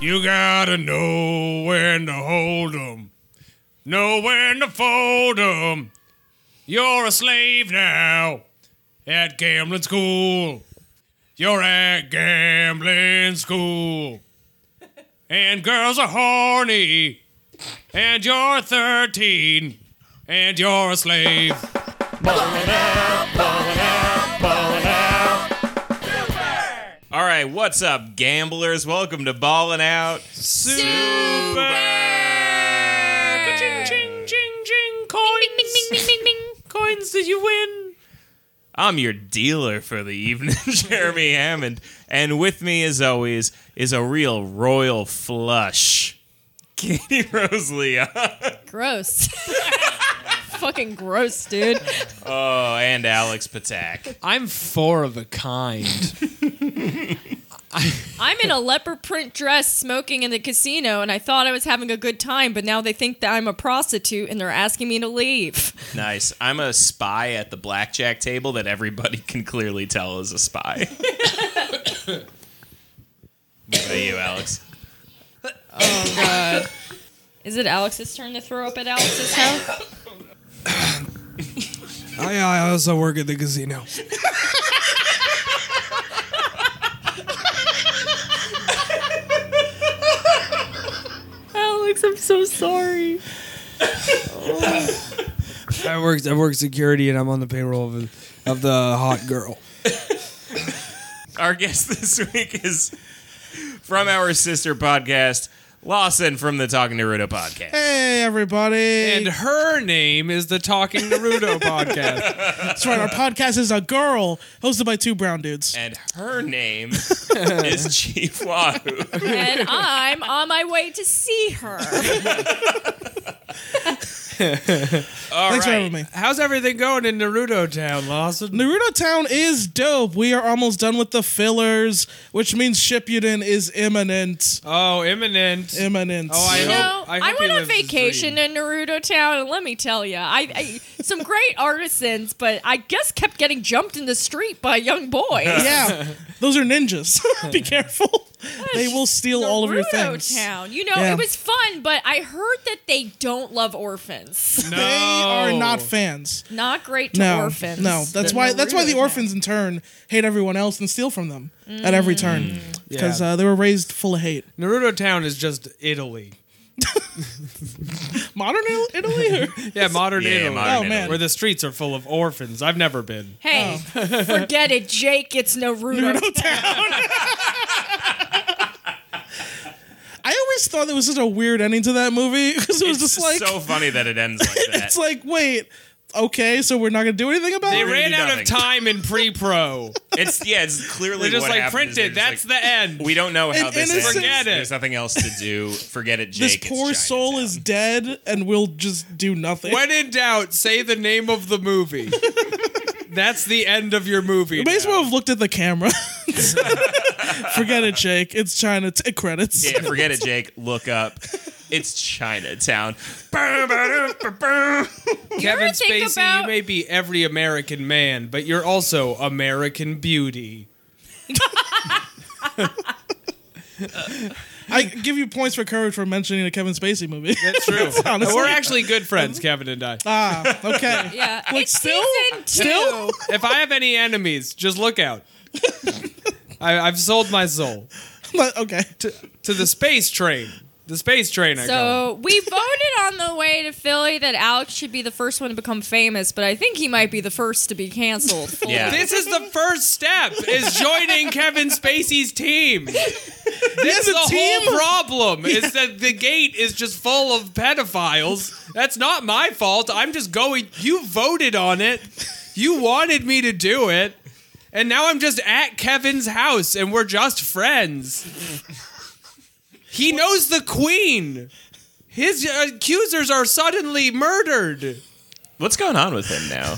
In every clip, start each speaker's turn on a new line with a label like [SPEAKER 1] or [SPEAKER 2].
[SPEAKER 1] You gotta know when to hold 'em, know when to fold 'em. You're a slave now at gambling school. You're at gambling school. And girls are horny. And you're 13. And you're a slave.
[SPEAKER 2] All right, what's up, gamblers? Welcome to Ballin' Out Super. Ka-ching, ching, ching, ching, coins. Coins did you win? I'm your dealer for the evening, Jeremy Hammond, and with me, as always, is a real royal flush, Katie Rose Leon.
[SPEAKER 3] Gross. Fucking gross, dude.
[SPEAKER 2] Oh, and Alex Patak.
[SPEAKER 4] I'm four of a kind.
[SPEAKER 3] I'm in a leopard print dress smoking in the casino, and I thought I was having a good time, but now they think that I'm a prostitute and they're asking me to leave.
[SPEAKER 2] Nice. I'm a spy at the blackjack table that everybody can clearly tell is a spy. what about you, Alex?
[SPEAKER 3] Is it Alex's turn to throw up at Alex's house?
[SPEAKER 4] I, I also work at the casino.
[SPEAKER 3] Alex, I'm so sorry.
[SPEAKER 4] I work I work security, and I'm on the payroll of of the hot girl.
[SPEAKER 2] Our guest this week is from our sister podcast, Lawson from the Talking Naruto podcast.
[SPEAKER 5] Hey, everybody.
[SPEAKER 4] And her name is the Talking Naruto podcast.
[SPEAKER 5] That's right.
[SPEAKER 4] uh,
[SPEAKER 5] Our podcast is A Girl, hosted by two brown dudes.
[SPEAKER 2] And her name is Chief Wahoo.
[SPEAKER 3] And I'm on my way to see her.
[SPEAKER 2] All
[SPEAKER 5] Thanks for
[SPEAKER 2] right.
[SPEAKER 5] having me.
[SPEAKER 4] How's everything going in Naruto Town, Lawson?
[SPEAKER 5] Naruto Town is dope. We are almost done with the fillers, which means Shippuden is imminent.
[SPEAKER 4] Oh, imminent.
[SPEAKER 5] Imminent.
[SPEAKER 4] Oh, I
[SPEAKER 3] You
[SPEAKER 4] hope-
[SPEAKER 3] know,
[SPEAKER 4] I
[SPEAKER 3] I,
[SPEAKER 4] hope he
[SPEAKER 3] went on
[SPEAKER 4] lives his
[SPEAKER 3] vacation in Naruto Town, and let me tell you, I, I some great artisans, but I guess kept getting jumped in the street by young boys.
[SPEAKER 5] yeah. Those are ninjas. Be careful. They will steal all of your
[SPEAKER 3] Naruto
[SPEAKER 5] things.
[SPEAKER 3] Town. You know,
[SPEAKER 5] Yeah.
[SPEAKER 3] it was fun, but I heard that they don't love orphans.
[SPEAKER 4] no.
[SPEAKER 5] They are not fans.
[SPEAKER 3] Not great to
[SPEAKER 5] No,
[SPEAKER 3] orphans.
[SPEAKER 5] no. That's
[SPEAKER 3] The
[SPEAKER 5] why. That's why the
[SPEAKER 3] Naruto
[SPEAKER 5] orphans in turn hate everyone else and steal from them at every
[SPEAKER 3] Mm.
[SPEAKER 5] turn because
[SPEAKER 4] Mm. Yeah.
[SPEAKER 5] uh, they were raised full of hate.
[SPEAKER 4] Naruto Town is just Italy.
[SPEAKER 5] Modern Il- Italy. or-
[SPEAKER 4] Yeah, modern
[SPEAKER 2] Yeah,
[SPEAKER 4] Italy.
[SPEAKER 2] modern
[SPEAKER 5] Oh, man.
[SPEAKER 4] Where the streets are full of orphans. I've never been.
[SPEAKER 3] Hey,
[SPEAKER 5] Oh.
[SPEAKER 3] forget it, Jake. It's Naruto.
[SPEAKER 5] I always thought it was such a weird ending to that movie because it was
[SPEAKER 2] It's
[SPEAKER 5] just like
[SPEAKER 2] so funny that it ends like that.
[SPEAKER 5] it's like wait, okay, so we're not gonna do anything about
[SPEAKER 4] They
[SPEAKER 5] it.
[SPEAKER 2] We're gonna
[SPEAKER 4] ran
[SPEAKER 2] do
[SPEAKER 4] out
[SPEAKER 2] nothing.
[SPEAKER 4] of time in pre-pro.
[SPEAKER 2] it's yeah, it's clearly
[SPEAKER 4] They're just
[SPEAKER 2] what
[SPEAKER 4] like
[SPEAKER 2] happened is
[SPEAKER 4] print it.
[SPEAKER 2] they're
[SPEAKER 4] That's
[SPEAKER 2] just like,
[SPEAKER 4] the end.
[SPEAKER 2] We don't know how
[SPEAKER 5] An
[SPEAKER 2] this ends.
[SPEAKER 5] innocent-
[SPEAKER 4] Forget it.
[SPEAKER 2] There's nothing else to do. Forget it,
[SPEAKER 5] this
[SPEAKER 2] Jake. It's
[SPEAKER 5] poor soul
[SPEAKER 2] Chinatown.
[SPEAKER 5] is dead, and we'll just do nothing.
[SPEAKER 4] When in doubt, say the name of the movie. That's the end of your movie.
[SPEAKER 5] You may as
[SPEAKER 4] now.
[SPEAKER 5] well have looked at the camera. Forget it, Jake. It's China. T- credits.
[SPEAKER 2] Yeah, forget it, Jake. Look up. It's Chinatown. Boom, ba-doom, ba-boom.
[SPEAKER 4] Kevin
[SPEAKER 3] ever think
[SPEAKER 4] Spacey,
[SPEAKER 3] about-
[SPEAKER 4] you may be every American man, but you're also American beauty.
[SPEAKER 5] I give you points for courage for mentioning a Kevin Spacey movie.
[SPEAKER 4] That's true.
[SPEAKER 5] honestly-
[SPEAKER 4] We're actually good friends, Kevin and I.
[SPEAKER 5] ah, okay.
[SPEAKER 3] Yeah, it's
[SPEAKER 5] still?
[SPEAKER 3] season two.
[SPEAKER 5] Still?
[SPEAKER 4] If I have any enemies, just look out. I, I've sold my soul
[SPEAKER 5] But- okay.
[SPEAKER 4] to, to the space train. The space train. I call.
[SPEAKER 3] So we voted on the way to Philly that Alex should be the first one to become famous, but I think he might be the first to be canceled. fully.
[SPEAKER 2] Yeah.
[SPEAKER 4] This is the first step: is joining Kevin Spacey's team. That's the whole problem. Is that the gate is just full of pedophiles? That's not my fault. I'm just going. You voted on it. You wanted me to do it, and now I'm just at Kevin's house, and we're just friends. He knows the queen. His accusers are suddenly murdered.
[SPEAKER 2] What's going on with him now?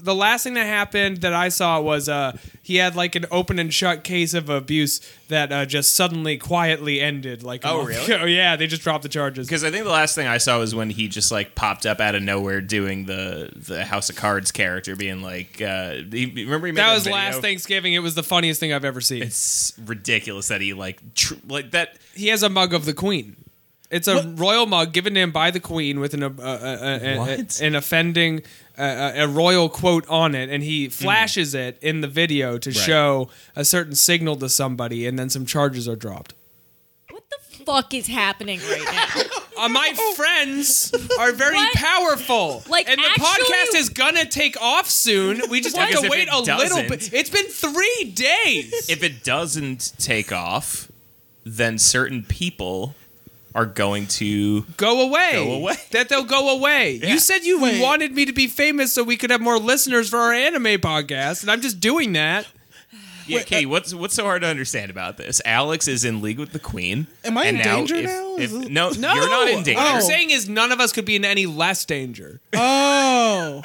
[SPEAKER 4] the last thing that happened that I saw was uh, he had like an open and shut case of abuse that uh, just suddenly quietly ended. Like, a
[SPEAKER 2] Oh,
[SPEAKER 4] month
[SPEAKER 2] really?
[SPEAKER 4] ago. yeah, they just dropped the charges.
[SPEAKER 2] Because I think the last thing I saw was when he just like popped up out of nowhere doing the the House of Cards character, being like, uh, he, remember he made that,
[SPEAKER 4] That was
[SPEAKER 2] video?
[SPEAKER 4] last Thanksgiving. It was the funniest thing I've ever seen.
[SPEAKER 2] It's ridiculous that he like tr- like that.
[SPEAKER 4] he has a mug of the Queen. It's a royal mug given to him by the Queen with an uh, uh, uh, uh,
[SPEAKER 2] What?
[SPEAKER 4] an offending uh, uh, a royal quote on it, and he flashes it in the video to show a certain signal to somebody, and then some charges are dropped.
[SPEAKER 3] What the fuck is happening right now?
[SPEAKER 4] Uh, my friends are very
[SPEAKER 3] Oh. What?
[SPEAKER 4] powerful.
[SPEAKER 3] Like,
[SPEAKER 4] and the
[SPEAKER 3] actually-
[SPEAKER 4] podcast is gonna take off soon. We just have
[SPEAKER 2] Because
[SPEAKER 4] to
[SPEAKER 2] if
[SPEAKER 4] wait
[SPEAKER 2] it
[SPEAKER 4] a little bit.
[SPEAKER 2] doesn't-
[SPEAKER 4] It's been three days.
[SPEAKER 2] If it doesn't take off, then certain people are going to.
[SPEAKER 4] go away.
[SPEAKER 2] Go away.
[SPEAKER 4] That they'll go away.
[SPEAKER 2] Yeah.
[SPEAKER 4] You said you
[SPEAKER 5] Wait.
[SPEAKER 4] wanted me to be famous so we could have more listeners for our anime podcast, and I'm just doing that.
[SPEAKER 2] Yeah,
[SPEAKER 5] uh,
[SPEAKER 2] Katie, what's what's so hard to understand about this? Alex is in league with the Queen.
[SPEAKER 5] Am I
[SPEAKER 2] and
[SPEAKER 5] in danger now? Is
[SPEAKER 2] If,
[SPEAKER 5] it-
[SPEAKER 2] no,
[SPEAKER 4] No,
[SPEAKER 2] you're not in danger
[SPEAKER 4] What I'm
[SPEAKER 5] Oh.
[SPEAKER 4] saying is none of us could be in any less danger.
[SPEAKER 5] Oh,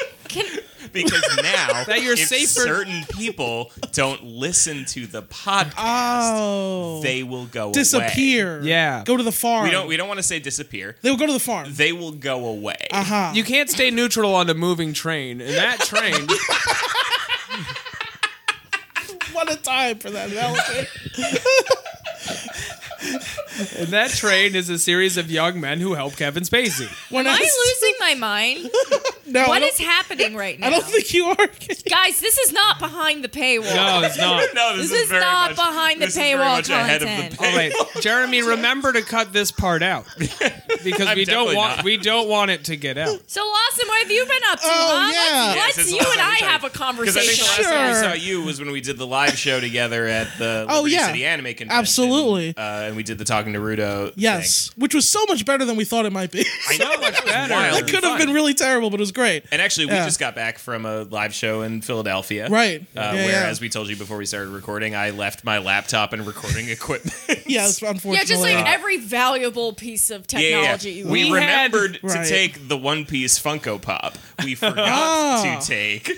[SPEAKER 2] because now
[SPEAKER 4] That you're
[SPEAKER 2] if
[SPEAKER 4] safer-
[SPEAKER 2] Certain people don't listen to the podcast.
[SPEAKER 5] oh,
[SPEAKER 2] they will go away.
[SPEAKER 5] disappear.
[SPEAKER 4] Yeah.
[SPEAKER 5] go to the farm.
[SPEAKER 2] We don't we don't want to say disappear.
[SPEAKER 5] They will go to the farm.
[SPEAKER 2] They will go away.
[SPEAKER 5] Uh huh.
[SPEAKER 4] You can't stay neutral on a moving train, and that train.
[SPEAKER 5] What a time for that analogy.
[SPEAKER 4] And that train is a series of young men who help Kevin Spacey.
[SPEAKER 5] When
[SPEAKER 3] Am I
[SPEAKER 5] s-
[SPEAKER 3] losing my mind?
[SPEAKER 5] No, I
[SPEAKER 3] What
[SPEAKER 5] don't,
[SPEAKER 3] is happening right now?
[SPEAKER 5] I don't think you are.
[SPEAKER 3] Guys, this is not behind the paywall.
[SPEAKER 4] No, it's not.
[SPEAKER 2] no,
[SPEAKER 3] This is not behind the
[SPEAKER 2] this is very
[SPEAKER 3] paywall
[SPEAKER 2] much ahead of the
[SPEAKER 3] content.
[SPEAKER 2] pay-
[SPEAKER 4] All right, Jeremy, remember to cut this part out because
[SPEAKER 2] Oh, I'm
[SPEAKER 4] we don't
[SPEAKER 2] definitely
[SPEAKER 4] want
[SPEAKER 2] not.
[SPEAKER 4] we don't want it to get out.
[SPEAKER 3] So, Lawson, what have you been up to?
[SPEAKER 5] Oh,
[SPEAKER 3] huh?
[SPEAKER 5] yeah.
[SPEAKER 3] Let's,
[SPEAKER 5] Yes,
[SPEAKER 3] let's
[SPEAKER 2] it's
[SPEAKER 3] you
[SPEAKER 2] Lawson,
[SPEAKER 3] and I
[SPEAKER 2] I'm sorry.
[SPEAKER 3] have a
[SPEAKER 2] Because I
[SPEAKER 3] conversation.
[SPEAKER 2] think the last time I
[SPEAKER 5] Sure.
[SPEAKER 2] saw you was when we did the live show together at the
[SPEAKER 5] Oh,
[SPEAKER 2] Liberty
[SPEAKER 5] yeah.
[SPEAKER 2] City Anime Convention.
[SPEAKER 5] Absolutely.
[SPEAKER 2] Uh, and we did the Talking to Rudo.
[SPEAKER 5] Yes, which was so much better than we thought it might be.
[SPEAKER 2] thing. I know much
[SPEAKER 4] better.
[SPEAKER 5] That could have been really terrible, but it was great.
[SPEAKER 2] And actually, we
[SPEAKER 5] Yeah.
[SPEAKER 2] just got back from a live show in Philadelphia.
[SPEAKER 5] Right. Yeah,
[SPEAKER 2] Uh, where,
[SPEAKER 5] yeah.
[SPEAKER 2] as we told you before we started recording, I left my laptop and recording equipment.
[SPEAKER 5] Yes, unfortunately.
[SPEAKER 3] yeah, just like every valuable piece of technology. you
[SPEAKER 2] We,
[SPEAKER 3] have.
[SPEAKER 4] We had-
[SPEAKER 2] remembered to
[SPEAKER 5] Right.
[SPEAKER 2] take the One Piece Funko Pop. We
[SPEAKER 5] Ah.
[SPEAKER 2] forgot to take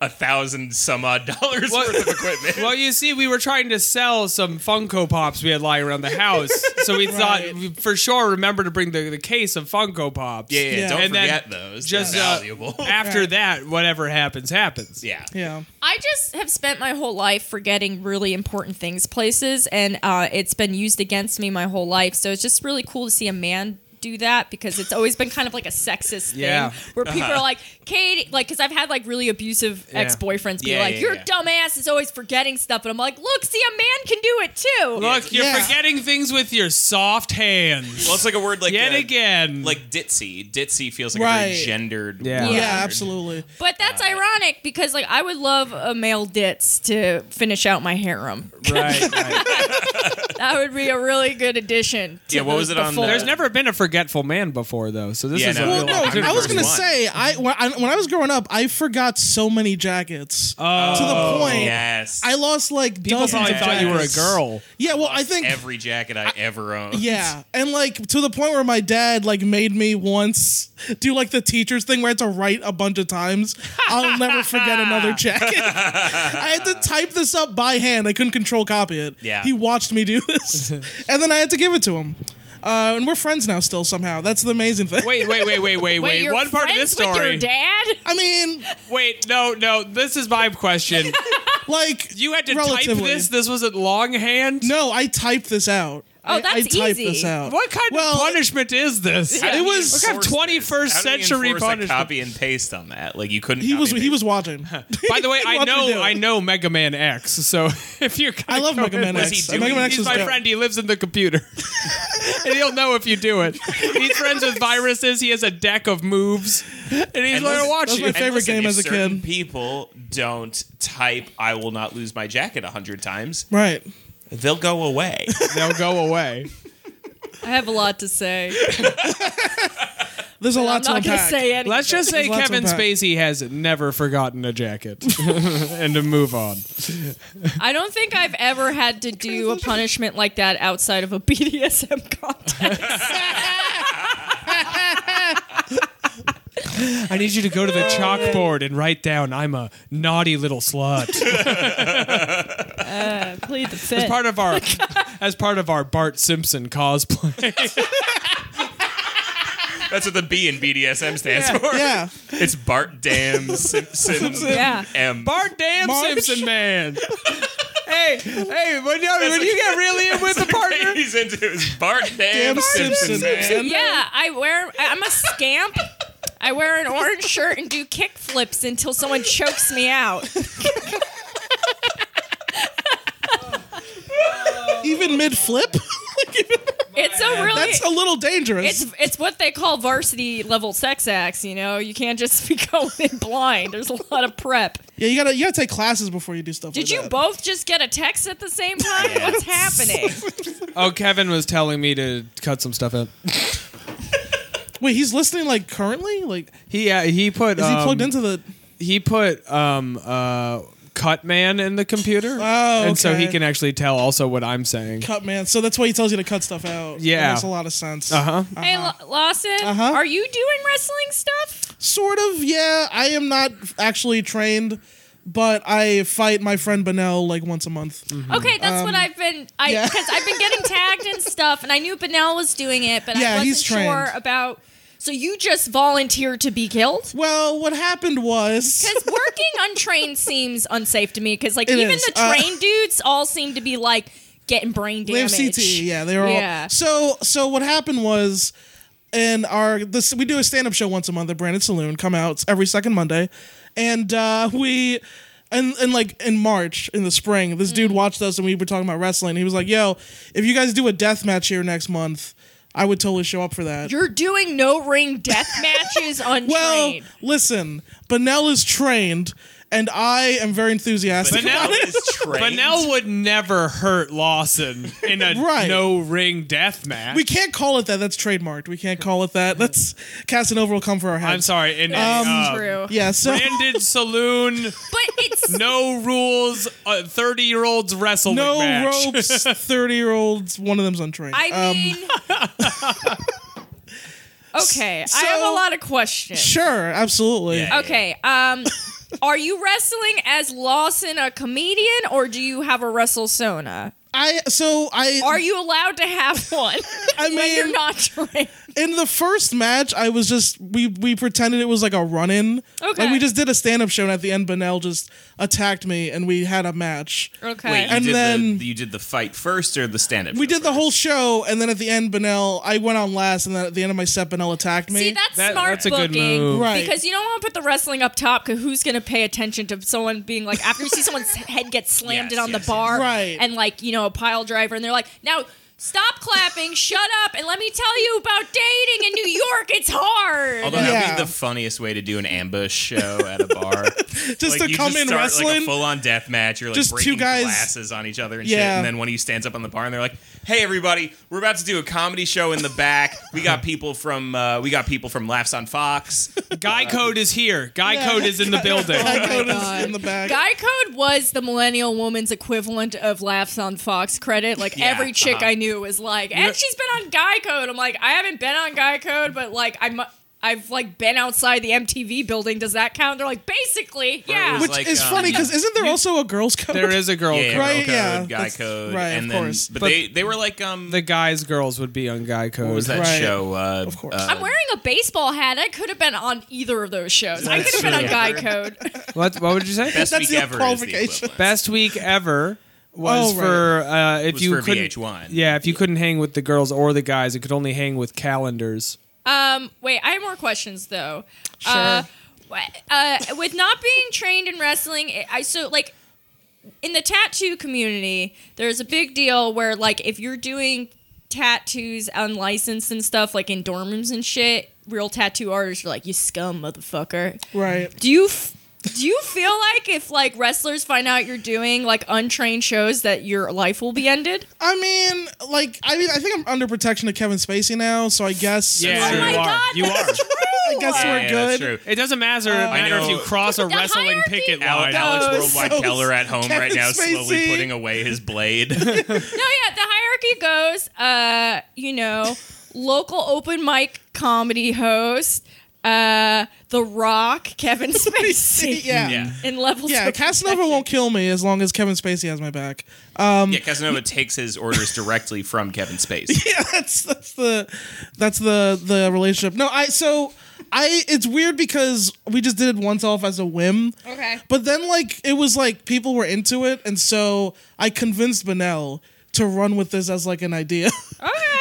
[SPEAKER 2] a thousand some odd dollars
[SPEAKER 4] What-
[SPEAKER 2] worth of equipment.
[SPEAKER 4] Well, you see, we were trying to sell some Funko Pops we had lying around the house, so we
[SPEAKER 5] Right.
[SPEAKER 4] thought we for sure remember to bring the, the case of Funko Pops.
[SPEAKER 2] yeah, yeah,
[SPEAKER 5] yeah.
[SPEAKER 2] Don't
[SPEAKER 4] And then
[SPEAKER 2] forget those.
[SPEAKER 4] just,
[SPEAKER 2] Just
[SPEAKER 4] uh,
[SPEAKER 2] valuable.
[SPEAKER 4] After
[SPEAKER 5] Oh, Right.
[SPEAKER 4] that, whatever happens, happens.
[SPEAKER 2] yeah.
[SPEAKER 5] yeah.
[SPEAKER 3] I just have spent my whole life forgetting really important things, places, and uh, it's been used against me my whole life. So it's just really cool to see a man do that because it's always been kind of like a sexist
[SPEAKER 4] Yeah.
[SPEAKER 3] thing where people are like, Katie, like, because I've had like really abusive ex boyfriends be
[SPEAKER 2] Uh-huh. Yeah,
[SPEAKER 3] like,
[SPEAKER 2] yeah,
[SPEAKER 3] your
[SPEAKER 2] yeah.
[SPEAKER 3] dumbass is always forgetting stuff. And I'm like, look, see, a man can do it too.
[SPEAKER 4] Look, you're
[SPEAKER 5] Yeah.
[SPEAKER 4] forgetting things with your soft hands.
[SPEAKER 2] Well, it's like a word like
[SPEAKER 4] Yet
[SPEAKER 2] uh,
[SPEAKER 4] again,
[SPEAKER 2] like ditzy. Ditzy feels like a very
[SPEAKER 5] Right.
[SPEAKER 2] gendered.
[SPEAKER 4] Yeah.
[SPEAKER 5] Yeah,
[SPEAKER 2] word.
[SPEAKER 5] absolutely.
[SPEAKER 3] But that's
[SPEAKER 2] Uh.
[SPEAKER 3] ironic because like I would love a male ditz to finish out my harem.
[SPEAKER 4] right, right.
[SPEAKER 3] That would be a really good addition. To
[SPEAKER 2] Yeah, what
[SPEAKER 3] the-
[SPEAKER 2] was it
[SPEAKER 3] the
[SPEAKER 2] on
[SPEAKER 3] full-
[SPEAKER 2] the-
[SPEAKER 4] There's never been a forgetful man before, though. So this
[SPEAKER 2] Yeah,
[SPEAKER 4] is
[SPEAKER 2] no.
[SPEAKER 4] a
[SPEAKER 5] Well,
[SPEAKER 4] real
[SPEAKER 5] no,
[SPEAKER 2] I'm
[SPEAKER 5] I was
[SPEAKER 2] first
[SPEAKER 5] gonna
[SPEAKER 2] one.
[SPEAKER 5] say I when, I when I was growing up, I forgot so many jackets to the point
[SPEAKER 2] Oh, Yes.
[SPEAKER 5] I lost like
[SPEAKER 4] People
[SPEAKER 5] dozens
[SPEAKER 4] probably
[SPEAKER 5] of
[SPEAKER 4] thought you were a
[SPEAKER 5] jackets.
[SPEAKER 4] girl.
[SPEAKER 5] Yeah, well, I think
[SPEAKER 2] every jacket I, ever owned.
[SPEAKER 5] yeah, and like to the point where my dad like made me once do like the teacher's thing where I had to write a bunch of times. I'll never forget another jacket. I had to type this up by hand. I couldn't control copy it.
[SPEAKER 2] Yeah.
[SPEAKER 5] he watched me do this, and then I had to give it to him. Uh, and we're friends now, still somehow. That's the amazing thing.
[SPEAKER 4] Wait, wait, wait, wait,
[SPEAKER 3] Wait,
[SPEAKER 4] wait, wait.
[SPEAKER 3] you're
[SPEAKER 4] One part of this
[SPEAKER 3] friends with
[SPEAKER 4] story.
[SPEAKER 3] your dad?
[SPEAKER 5] I mean,
[SPEAKER 4] Wait, no, no. This is my question.
[SPEAKER 5] like
[SPEAKER 4] You had to
[SPEAKER 5] Relatively.
[SPEAKER 4] type this. This wasn't longhand.
[SPEAKER 5] No, I typed this out.
[SPEAKER 3] Oh,
[SPEAKER 5] I- I
[SPEAKER 3] that's
[SPEAKER 5] typed
[SPEAKER 3] easy.
[SPEAKER 5] this out.
[SPEAKER 4] What kind
[SPEAKER 5] Well,
[SPEAKER 4] of punishment is this?
[SPEAKER 2] How do
[SPEAKER 5] It
[SPEAKER 2] you
[SPEAKER 5] was-
[SPEAKER 2] enforce
[SPEAKER 5] What kind
[SPEAKER 4] of
[SPEAKER 2] this?
[SPEAKER 4] 21st
[SPEAKER 2] How do you
[SPEAKER 4] century
[SPEAKER 2] enforce a
[SPEAKER 4] punishment?
[SPEAKER 2] Copy and paste on that. Like you couldn't.
[SPEAKER 5] He
[SPEAKER 2] copy
[SPEAKER 5] was
[SPEAKER 2] and
[SPEAKER 5] he
[SPEAKER 2] paste.
[SPEAKER 5] was watching.
[SPEAKER 4] By the way,
[SPEAKER 5] He
[SPEAKER 4] I
[SPEAKER 5] watched me do
[SPEAKER 4] know
[SPEAKER 5] it.
[SPEAKER 4] I know Mega Man X. So if you're,
[SPEAKER 5] I love Mega Man
[SPEAKER 2] Was he
[SPEAKER 5] X.
[SPEAKER 2] doing-
[SPEAKER 5] Mega Man X
[SPEAKER 4] He's
[SPEAKER 5] was
[SPEAKER 4] my
[SPEAKER 5] dope.
[SPEAKER 4] friend. He lives in the computer, and he'll know if you do it. He's friends with viruses. He has a deck of moves, and he's
[SPEAKER 2] And
[SPEAKER 4] going to
[SPEAKER 2] listen-
[SPEAKER 4] watch
[SPEAKER 5] those
[SPEAKER 4] you.
[SPEAKER 5] were my favorite game
[SPEAKER 2] and listen, if
[SPEAKER 5] as a
[SPEAKER 2] certain
[SPEAKER 5] kid.
[SPEAKER 2] People don't type "I will not lose my jacket" a hundred times.
[SPEAKER 5] Right.
[SPEAKER 2] They'll go away.
[SPEAKER 4] They'll go away.
[SPEAKER 3] I have a lot to say.
[SPEAKER 5] There's a lot
[SPEAKER 3] I'm not
[SPEAKER 5] to
[SPEAKER 3] going to
[SPEAKER 5] unpack.
[SPEAKER 3] say anything.
[SPEAKER 4] Let's just say
[SPEAKER 5] There's lots
[SPEAKER 4] Kevin
[SPEAKER 5] of impact.
[SPEAKER 4] Spacey has never forgotten a jacket, and to move on.
[SPEAKER 3] I don't think I've ever had to do a punishment like that outside of a BDSM context.
[SPEAKER 4] I need you to go to the chalkboard and write down, I'm a naughty little slut.
[SPEAKER 3] Plead the fifth.
[SPEAKER 4] part of our as part of our Bart Simpson cosplay.
[SPEAKER 2] That's what the B in BDSM stands for.
[SPEAKER 5] Yeah.
[SPEAKER 2] It's Bart Dam Simpson
[SPEAKER 3] Yeah.
[SPEAKER 2] M.
[SPEAKER 4] Bart Damn
[SPEAKER 5] Marge.
[SPEAKER 4] Simpson man. hey, hey, when you, when you get really in with a partner,
[SPEAKER 2] He's into is Bart Dam
[SPEAKER 5] Dam
[SPEAKER 2] Simpson,
[SPEAKER 5] Simpson.
[SPEAKER 2] man.
[SPEAKER 3] yeah, I wear. I- I'm a scamp. I wear an orange shirt and do kick flips until someone chokes me out.
[SPEAKER 5] Even mid flip?
[SPEAKER 3] It's a really.
[SPEAKER 5] That's a little dangerous.
[SPEAKER 3] it's it's what they call varsity level sex acts. You know, you can't just be going in blind. There's a lot of prep.
[SPEAKER 5] yeah, you gotta you gotta take classes before you do stuff
[SPEAKER 3] Did
[SPEAKER 5] like
[SPEAKER 3] you
[SPEAKER 5] that.
[SPEAKER 3] both just get a text at the same time? What's happening?
[SPEAKER 4] oh, Kevin was telling me to cut some stuff out.
[SPEAKER 5] Wait, he's listening like currently? Like
[SPEAKER 4] He uh, he put
[SPEAKER 5] is he
[SPEAKER 4] um,
[SPEAKER 5] plugged into the
[SPEAKER 4] he put um uh cut man in the computer
[SPEAKER 5] Oh,
[SPEAKER 4] and so
[SPEAKER 5] okay.
[SPEAKER 4] he can actually tell also what i'm saying
[SPEAKER 5] cut man? So that's why he tells you to cut stuff out.
[SPEAKER 4] Yeah.
[SPEAKER 5] That makes a lot of sense.
[SPEAKER 4] uh-huh
[SPEAKER 3] Hey, Lo- Lawson,
[SPEAKER 5] Uh-huh.
[SPEAKER 3] are you doing wrestling stuff?
[SPEAKER 5] Sort of, yeah. I am not actually trained, but I fight my friend Benel like once a month.
[SPEAKER 4] Mm.
[SPEAKER 3] Okay, that's what I've been. I
[SPEAKER 5] Mm-hmm. Um, yeah.
[SPEAKER 3] because I've been getting tagged and stuff, and I knew Benel was doing it, but I
[SPEAKER 5] Yeah,
[SPEAKER 3] wasn't
[SPEAKER 5] he's trained.
[SPEAKER 3] sure about. So you just volunteered to be killed?
[SPEAKER 5] Well, what happened was
[SPEAKER 3] Because working untrained seems unsafe to me. Because like
[SPEAKER 5] It
[SPEAKER 3] even
[SPEAKER 5] is.
[SPEAKER 3] the
[SPEAKER 5] Uh,
[SPEAKER 3] trained dudes all seem to be like getting brain
[SPEAKER 5] They
[SPEAKER 3] damage.
[SPEAKER 5] have CT. Yeah, they were
[SPEAKER 3] Yeah.
[SPEAKER 5] all. So so what happened was, in our this we do a stand up show once a month at Brandon Saloon. Come out every second Monday, and uh, we. And, and like in March in the spring, this
[SPEAKER 3] Mm.
[SPEAKER 5] dude watched us and we were talking about wrestling. He was like, "Yo, if you guys do a death match here next month, I would totally show up for that."
[SPEAKER 3] You're doing no ring death matches untrained.
[SPEAKER 5] well, listen, Benel is trained, and I am very enthusiastic.
[SPEAKER 4] Benel-
[SPEAKER 5] about it.
[SPEAKER 2] Is trained.
[SPEAKER 4] Bunnell would never hurt Lawson in a
[SPEAKER 5] Right.
[SPEAKER 4] no ring death match.
[SPEAKER 5] We can't call it that. That's trademarked. We can't call it that. That's Casanova will come for our heads.
[SPEAKER 4] I'm sorry. In a, uh,
[SPEAKER 3] true.
[SPEAKER 5] um, Yeah, so
[SPEAKER 4] branded saloon,
[SPEAKER 3] But it's
[SPEAKER 4] no rules, thirty year olds wrestling
[SPEAKER 5] no
[SPEAKER 4] match.
[SPEAKER 5] ropes, 30 year olds, one of them's untrained. Um,
[SPEAKER 3] I mean, okay. I have a
[SPEAKER 5] so-
[SPEAKER 3] lot of questions.
[SPEAKER 5] sure, absolutely.
[SPEAKER 2] Yeah.
[SPEAKER 3] Okay. Um, are you wrestling as Lawson, a comedian, or do you have a wrestle sona?
[SPEAKER 5] I so I
[SPEAKER 3] Are you allowed to have one?
[SPEAKER 5] I
[SPEAKER 3] when you're
[SPEAKER 5] mean-
[SPEAKER 3] not trained.
[SPEAKER 5] in the first match I was just we we pretended it was like a run in.
[SPEAKER 3] Okay.
[SPEAKER 5] Like we just did a stand up show and at the end Benel just attacked me and we had a match.
[SPEAKER 3] Okay.
[SPEAKER 2] Wait, you
[SPEAKER 5] And
[SPEAKER 2] did
[SPEAKER 5] then-
[SPEAKER 2] the, you did the fight first or the stand up?
[SPEAKER 5] We did the whole show and then at the end Benel I went on last and then at the end of my set Benel attacked me.
[SPEAKER 3] See, that's
[SPEAKER 4] That-
[SPEAKER 3] smart
[SPEAKER 4] that's a
[SPEAKER 3] booking
[SPEAKER 4] good move.
[SPEAKER 5] Right.
[SPEAKER 3] because you don't want to put the wrestling up top. Because who's going to pay attention to someone being like after you see someone's head get slammed
[SPEAKER 2] Yes,
[SPEAKER 3] on
[SPEAKER 2] yes,
[SPEAKER 3] the bar,
[SPEAKER 5] Right.
[SPEAKER 3] And like you know a pile driver, and they're like, now stop clapping, shut up, and let me tell you about dating in New York. It's hard.
[SPEAKER 2] Although that'd
[SPEAKER 5] Yeah.
[SPEAKER 2] be the funniest way to do an ambush show at a bar.
[SPEAKER 5] just to
[SPEAKER 2] you
[SPEAKER 5] come in
[SPEAKER 2] start, like
[SPEAKER 5] wrestling.
[SPEAKER 2] a full on death match. You're like
[SPEAKER 5] Just two
[SPEAKER 2] breaking
[SPEAKER 5] guys-
[SPEAKER 2] glasses on each other and shit.
[SPEAKER 5] Yeah.
[SPEAKER 2] And then one of you stands up on the bar and they're like, "Hey everybody, we're about to do a comedy show in the back. We got people from uh, we got people from Laughs on Fox.
[SPEAKER 4] Guy code is here. Guy code is in the building.
[SPEAKER 3] Oh
[SPEAKER 5] I go to- in the back.
[SPEAKER 3] Guy Code was the millennial woman's equivalent of Laughs on Fox credit. Like
[SPEAKER 2] Yeah,
[SPEAKER 3] every chick
[SPEAKER 2] uh-huh.
[SPEAKER 3] I knew was like, and she's been on Guy Code. I'm like, I haven't been on Guy Code, but like I'm. I've like been outside the MTV building. Does that count? They're like, basically, yeah.
[SPEAKER 2] was
[SPEAKER 5] Which
[SPEAKER 2] like,
[SPEAKER 5] is
[SPEAKER 2] um,
[SPEAKER 5] funny because isn't there also a girls' code?
[SPEAKER 4] There is a girl.
[SPEAKER 2] Yeah,
[SPEAKER 4] code.
[SPEAKER 5] Right,
[SPEAKER 2] girl code,
[SPEAKER 5] yeah,
[SPEAKER 2] guy
[SPEAKER 5] that's-
[SPEAKER 2] code,
[SPEAKER 5] right,
[SPEAKER 2] and
[SPEAKER 5] of
[SPEAKER 2] then
[SPEAKER 5] course.
[SPEAKER 2] but,
[SPEAKER 4] But-
[SPEAKER 2] they they were like um
[SPEAKER 4] The guys girls would be on guy code.
[SPEAKER 2] what was that
[SPEAKER 5] Right.
[SPEAKER 2] show? Uh, of
[SPEAKER 5] course.
[SPEAKER 3] I'm wearing a baseball hat. I could have been on either of those shows. I could have been on Guy Code.
[SPEAKER 4] What, what would you say?
[SPEAKER 2] Best
[SPEAKER 5] That's
[SPEAKER 2] week
[SPEAKER 5] the
[SPEAKER 2] ever is
[SPEAKER 5] qualification.
[SPEAKER 2] the equivalent.
[SPEAKER 4] Best week ever was
[SPEAKER 5] Oh,
[SPEAKER 4] for uh, if
[SPEAKER 2] Was
[SPEAKER 4] you
[SPEAKER 2] for
[SPEAKER 4] couldn't.
[SPEAKER 2] VH1.
[SPEAKER 4] Yeah, if you couldn't hang with the girls or the guys, it could only hang with calendars.
[SPEAKER 3] Um, wait, I have more questions though. Sure. Uh, wh- uh, with not being trained in wrestling, it- I so like in the tattoo community, there's a big deal where like if you're doing tattoos unlicensed and stuff, like in dorm rooms and shit, real tattoo artists are like, "You scum, motherfucker."
[SPEAKER 5] right.
[SPEAKER 3] Do you? F- do you feel like if like wrestlers find out you're doing like untrained shows that your life will be ended?
[SPEAKER 5] I mean, like, I mean, I think I'm under protection of Kevin Spacey now, so I guess.
[SPEAKER 4] Yeah.
[SPEAKER 3] oh
[SPEAKER 4] Sure.
[SPEAKER 3] my
[SPEAKER 4] You are.
[SPEAKER 3] god,
[SPEAKER 4] You
[SPEAKER 3] that's
[SPEAKER 4] are.
[SPEAKER 3] true.
[SPEAKER 5] I guess
[SPEAKER 2] Yeah,
[SPEAKER 5] we're
[SPEAKER 2] yeah,
[SPEAKER 5] good.
[SPEAKER 2] that's true.
[SPEAKER 4] It doesn't matter, matter
[SPEAKER 2] know-
[SPEAKER 4] if you cross a wrestling
[SPEAKER 3] hierarchy
[SPEAKER 4] picket
[SPEAKER 3] of
[SPEAKER 4] line.
[SPEAKER 2] Alex, Alex
[SPEAKER 5] Those-
[SPEAKER 2] Worldwide
[SPEAKER 5] those-
[SPEAKER 2] Keller at home right
[SPEAKER 5] Kevin
[SPEAKER 2] now, slowly
[SPEAKER 5] Spacey.
[SPEAKER 2] putting away his blade.
[SPEAKER 3] No, yeah, the hierarchy goes, uh, you know, local open mic comedy host, uh, The Rock, Kevin Spacey.
[SPEAKER 5] yeah.
[SPEAKER 2] Yeah.
[SPEAKER 5] yeah.
[SPEAKER 3] In levels. of
[SPEAKER 5] Casanova won't kill me as long as Kevin Spacey has my back.
[SPEAKER 2] yeah, Casanova takes his orders directly from Kevin Spacey.
[SPEAKER 5] yeah, that's that's the that's the the relationship. No, I so I it's weird because we just did it once off as a whim.
[SPEAKER 3] Okay.
[SPEAKER 5] But then like it was like people were into it and so I convinced Benel to run with this as like an idea.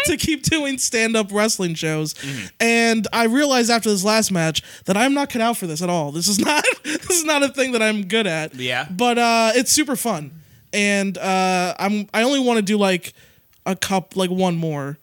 [SPEAKER 3] Okay.
[SPEAKER 5] to keep doing stand-up wrestling shows.
[SPEAKER 2] Mm-hmm.
[SPEAKER 5] And I realized after this last match that I'm not cut out for this at all. This is not this is not a thing that I'm good at.
[SPEAKER 2] Yeah.
[SPEAKER 5] But uh it's super fun. And uh I'm I only want to do like a cup like one more.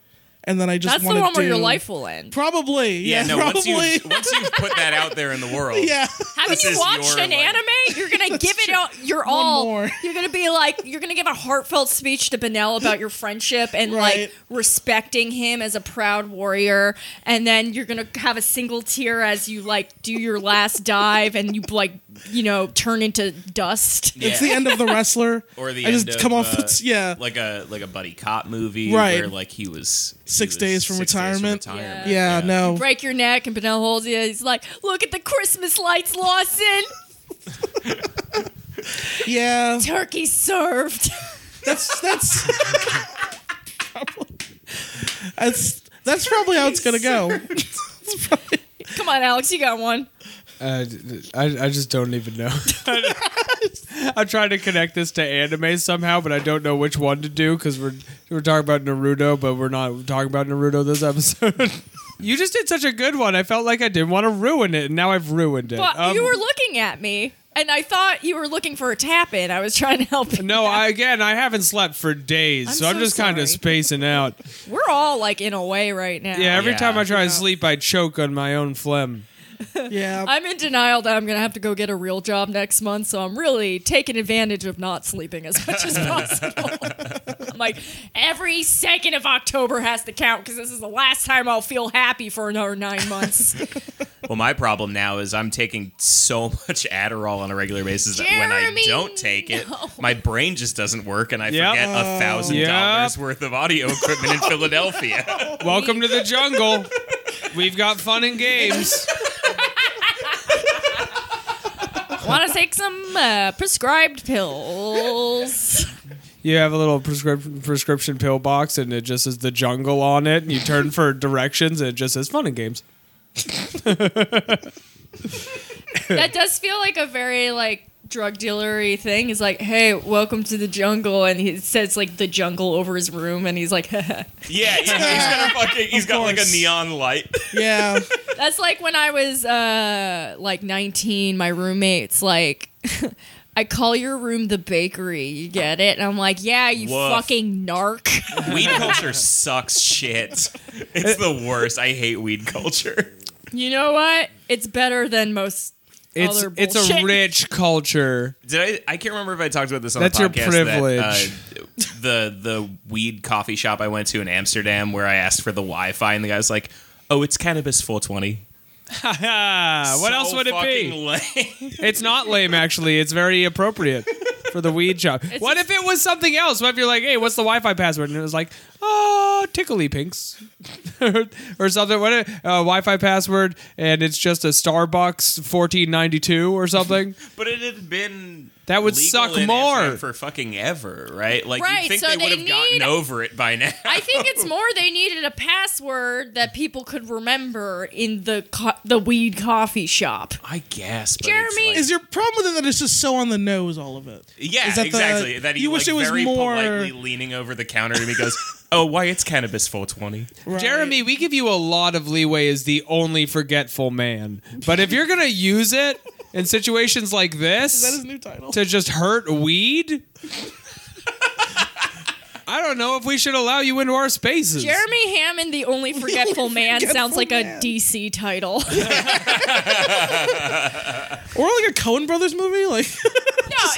[SPEAKER 5] And then I just
[SPEAKER 3] That's the
[SPEAKER 5] wanna
[SPEAKER 3] one where your
[SPEAKER 5] do-
[SPEAKER 3] life will end.
[SPEAKER 5] Probably. Yeah,
[SPEAKER 2] Yeah, no, once
[SPEAKER 5] probably.
[SPEAKER 2] you once you put that out there in the world,
[SPEAKER 5] yeah.
[SPEAKER 3] Haven't
[SPEAKER 2] This
[SPEAKER 3] you
[SPEAKER 2] is
[SPEAKER 3] watched
[SPEAKER 2] your
[SPEAKER 3] an
[SPEAKER 2] life.
[SPEAKER 3] anime? You're gonna give it all, your all.
[SPEAKER 5] more.
[SPEAKER 3] You're gonna be like, you're gonna give a heartfelt speech to Benel about your friendship and
[SPEAKER 5] Right.
[SPEAKER 3] like respecting him as a proud warrior, and then you're gonna have a single tear as you like do your last dive and you like, you know, turn into dust.
[SPEAKER 5] It's the
[SPEAKER 2] Yeah.
[SPEAKER 5] end of the wrestler.
[SPEAKER 2] or the
[SPEAKER 5] I just
[SPEAKER 2] end of,
[SPEAKER 5] come off
[SPEAKER 2] uh,
[SPEAKER 5] yeah.
[SPEAKER 2] like a like a buddy cop movie,
[SPEAKER 5] Right.
[SPEAKER 2] Where like he was he
[SPEAKER 5] Six
[SPEAKER 2] was
[SPEAKER 5] days from
[SPEAKER 2] six
[SPEAKER 5] retirement.
[SPEAKER 2] retirement.
[SPEAKER 5] yeah, no.
[SPEAKER 3] Break your neck, and Benel holds you. He's like, look at the Christmas lights, Lawson.
[SPEAKER 5] Yeah.
[SPEAKER 3] Turkey served.
[SPEAKER 5] That's that's that's that's probably how it's gonna go.
[SPEAKER 3] Come on, Alex, you got one.
[SPEAKER 4] Uh, I, I just don't even know. I'm trying to connect this to anime somehow, but I don't know which one to do because we're we're talking about Naruto, but we're not talking about Naruto this episode. you just did such a good one. I felt like I didn't want to ruin it, and now I've ruined it.
[SPEAKER 3] Well,
[SPEAKER 4] Um,
[SPEAKER 3] you were looking at me, and I thought you were looking for a tap in. I was trying to help. you.
[SPEAKER 4] no, I, again, I haven't slept for days,
[SPEAKER 3] I'm
[SPEAKER 4] so, I'm
[SPEAKER 3] so
[SPEAKER 4] just kind
[SPEAKER 3] sorry.
[SPEAKER 4] of spacing out.
[SPEAKER 3] We're all like in a way right now.
[SPEAKER 4] Yeah, every
[SPEAKER 2] Yeah.
[SPEAKER 4] time I try
[SPEAKER 5] Yeah.
[SPEAKER 4] to sleep, I choke on my own phlegm.
[SPEAKER 5] Yeah.
[SPEAKER 3] I'm in denial that I'm gonna have to go get a real job next month, so I'm really taking advantage of not sleeping as much as possible. I'm like, every second of October has to count because this is the last time I'll feel happy for another nine months.
[SPEAKER 2] Well, my problem now is I'm taking so much Adderall on a regular basis that when I
[SPEAKER 3] Jeremy,
[SPEAKER 2] don't take it,
[SPEAKER 3] no.
[SPEAKER 2] my brain just doesn't work, and I
[SPEAKER 4] Yep.
[SPEAKER 2] forget a thousand
[SPEAKER 4] Yep.
[SPEAKER 2] dollars worth of audio equipment in Philadelphia.
[SPEAKER 4] Welcome to the jungle. We've got fun and games.
[SPEAKER 3] Want to take some uh, prescribed pills?
[SPEAKER 4] You have a little prescrip- prescription pill box, and it just says the jungle on it. And you turn for directions, and it just says fun and games.
[SPEAKER 3] that does feel like a very like drug dealery thing. He's like, "Hey, welcome to the jungle," and he says like the jungle over his room, and he's like,
[SPEAKER 2] yeah, he- he's got a fucking, he's got like a
[SPEAKER 5] course.
[SPEAKER 2] neon light.
[SPEAKER 5] yeah.
[SPEAKER 3] "That's like when I was uh like 19. My roommates like." I call your room the bakery. You get it? And I'm like, yeah, you
[SPEAKER 2] Woof.
[SPEAKER 3] fucking narc.
[SPEAKER 2] weed culture sucks shit. It's the worst. I hate weed culture.
[SPEAKER 3] You know what? It's better than most
[SPEAKER 4] It's
[SPEAKER 3] other
[SPEAKER 4] it's
[SPEAKER 3] bullshit.
[SPEAKER 4] a rich culture.
[SPEAKER 2] Did I? I can't remember if I talked about this on
[SPEAKER 4] That's
[SPEAKER 2] the
[SPEAKER 4] your
[SPEAKER 2] podcast. That, uh, the the weed coffee shop I went to in Amsterdam, where I asked for the Wi-Fi, and the guy was like, "Oh, it's cannabis 420."
[SPEAKER 4] Ah, what else would it be?
[SPEAKER 2] be?
[SPEAKER 4] It's not lame, actually. It's very appropriate for the weed shop. what if it was something else? What if you're like, hey, what's the Wi-Fi password? And it was like, oh, tickly pinks, or something. What a uh, Wi-Fi password, and it's just a Starbucks fourteen ninety two or something.
[SPEAKER 2] but it had been
[SPEAKER 4] That would
[SPEAKER 2] legal
[SPEAKER 4] suck
[SPEAKER 2] in
[SPEAKER 4] more.
[SPEAKER 2] Amsterdam for fucking ever, right? Like
[SPEAKER 3] Right,
[SPEAKER 2] you think
[SPEAKER 3] so
[SPEAKER 2] they,
[SPEAKER 3] they
[SPEAKER 2] would have gotten
[SPEAKER 3] need-
[SPEAKER 2] over it by now.
[SPEAKER 3] I think it's more they needed a password that people could remember in the co- the weed coffee shop.
[SPEAKER 2] I guess. But
[SPEAKER 3] Jeremy-
[SPEAKER 2] it's
[SPEAKER 5] Is your problem with it that it's just so on the nose, all of it?
[SPEAKER 2] like, yeah,
[SPEAKER 5] is that the-
[SPEAKER 2] exactly. that he
[SPEAKER 5] you wish
[SPEAKER 2] like,
[SPEAKER 5] it was
[SPEAKER 2] very
[SPEAKER 5] more-
[SPEAKER 2] politely leaning over the counter to me goes, "Oh, why it's cannabis 420."
[SPEAKER 5] Right.
[SPEAKER 4] Jeremy, we give you a lot of leeway as the only forgetful man. But if you're going to use it in situations like
[SPEAKER 5] Is that his
[SPEAKER 4] this
[SPEAKER 5] new title?
[SPEAKER 4] to just hurt weed, I don't know if we should allow you into our spaces.
[SPEAKER 3] Jeremy Hammond, the only forgetful man,
[SPEAKER 5] forgetful
[SPEAKER 3] sounds like
[SPEAKER 5] man.
[SPEAKER 3] a DC title. no,
[SPEAKER 5] Or like a Coen Brothers movie? Like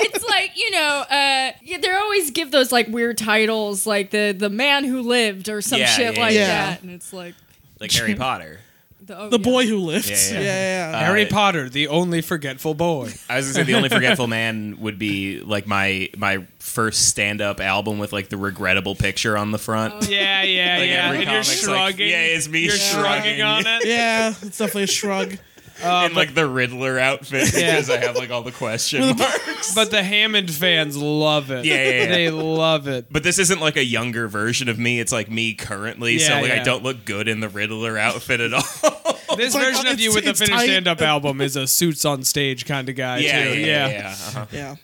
[SPEAKER 3] it's like you know, uh, yeah, they always give those like weird titles, like the the man who lived or some
[SPEAKER 2] Yeah,
[SPEAKER 3] shit
[SPEAKER 2] yeah,
[SPEAKER 3] like
[SPEAKER 5] yeah.
[SPEAKER 3] that, and it's like
[SPEAKER 2] Like Harry Potter.
[SPEAKER 3] The, oh,
[SPEAKER 5] The
[SPEAKER 3] yeah.
[SPEAKER 5] boy who lifts.
[SPEAKER 2] Yeah,
[SPEAKER 5] Yeah,
[SPEAKER 2] yeah.
[SPEAKER 5] yeah. yeah.
[SPEAKER 4] Harry
[SPEAKER 2] Uh,
[SPEAKER 4] Potter, the only forgetful boy.
[SPEAKER 2] I was gonna say the only forgetful man would be like my my first stand up album with like the regrettable picture on the front.
[SPEAKER 4] Yeah, yeah,
[SPEAKER 2] Like,
[SPEAKER 4] Oh, yeah.
[SPEAKER 2] every
[SPEAKER 4] And you're
[SPEAKER 2] comic's like,
[SPEAKER 4] shrugging.
[SPEAKER 2] yeah, it's me
[SPEAKER 4] You're
[SPEAKER 2] shrugging.
[SPEAKER 4] shrugging on it.
[SPEAKER 5] it's definitely a shrug.
[SPEAKER 2] in like the Riddler outfit
[SPEAKER 4] Yeah.
[SPEAKER 2] because I have like all the question marks.
[SPEAKER 4] But the Hammond fans love it.
[SPEAKER 2] Yeah, yeah, yeah.
[SPEAKER 4] They love it.
[SPEAKER 2] But this isn't like a younger version of me. It's like me currently, so
[SPEAKER 4] Yeah,
[SPEAKER 2] like I
[SPEAKER 4] yeah.
[SPEAKER 2] don't look good in the Riddler outfit at all.
[SPEAKER 4] This
[SPEAKER 5] like,
[SPEAKER 4] version of you
[SPEAKER 5] it's-
[SPEAKER 4] with the
[SPEAKER 5] it's
[SPEAKER 4] finished
[SPEAKER 5] tight.
[SPEAKER 4] stand up album is a suits on stage kind of guy.
[SPEAKER 2] yeah,
[SPEAKER 4] too. Oh,
[SPEAKER 2] yeah, yeah. yeah, uh-huh.
[SPEAKER 5] Yeah.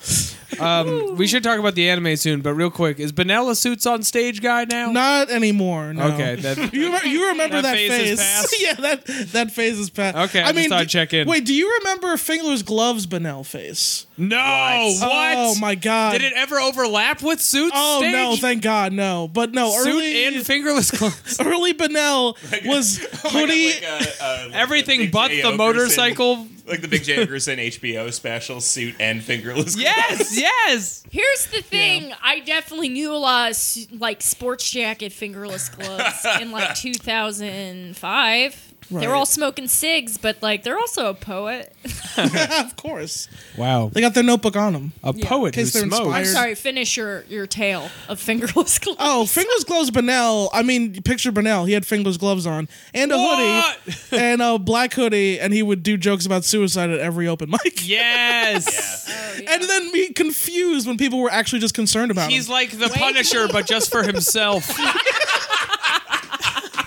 [SPEAKER 4] Um, we should talk about the anime soon, but real quick, is Benella suits on stage guy now?
[SPEAKER 5] Not anymore. No.
[SPEAKER 4] Okay, that,
[SPEAKER 5] You, remember, you remember
[SPEAKER 4] That
[SPEAKER 5] that,
[SPEAKER 4] phase
[SPEAKER 5] phase?
[SPEAKER 4] is past.
[SPEAKER 5] yeah, that that phase is past.
[SPEAKER 4] Okay, I just thought I'd
[SPEAKER 5] d-
[SPEAKER 4] check in.
[SPEAKER 5] Wait, do you remember Fingler's gloves Benel face?
[SPEAKER 4] no, what?
[SPEAKER 5] Oh my god!
[SPEAKER 4] Did it ever overlap with suits?
[SPEAKER 5] Oh
[SPEAKER 4] stage?
[SPEAKER 5] no! Thank God, no. But no,
[SPEAKER 4] Suit
[SPEAKER 5] early
[SPEAKER 4] and oh fingerless gloves.
[SPEAKER 5] early Benel was hoodie.
[SPEAKER 2] Like, uh, uh, like the
[SPEAKER 4] Everything
[SPEAKER 2] Big
[SPEAKER 4] but
[SPEAKER 2] J.
[SPEAKER 4] the
[SPEAKER 2] Okerson-
[SPEAKER 4] motorcycle.
[SPEAKER 2] like the Big J. Okerson HBO special suit and fingerless.
[SPEAKER 4] Yes, yes.
[SPEAKER 3] Here's the thing: I definitely knew a lot of s- like sports jacket, fingerless gloves in like 2005. They were
[SPEAKER 5] Right.
[SPEAKER 3] all smoking cigs, but like they're also a poet.
[SPEAKER 5] of course,
[SPEAKER 4] Wow,
[SPEAKER 5] they got their notebook on them.
[SPEAKER 4] a
[SPEAKER 3] Yeah.
[SPEAKER 4] poet who
[SPEAKER 5] Case they're
[SPEAKER 4] smokes.
[SPEAKER 5] inspired.
[SPEAKER 3] I'm sorry. Finish your your tale of fingerless gloves.
[SPEAKER 5] Oh, Fingler's gloves Benel. I mean, picture Benel. He had Fingler's gloves on and a
[SPEAKER 4] What?
[SPEAKER 5] hoodie and a black hoodie, and he would do jokes about suicide at every open mic.
[SPEAKER 4] Yes.
[SPEAKER 3] Oh, yeah.
[SPEAKER 5] And then be confused when people were actually just concerned about
[SPEAKER 4] He's
[SPEAKER 5] him.
[SPEAKER 4] like the Punisher, but just for himself.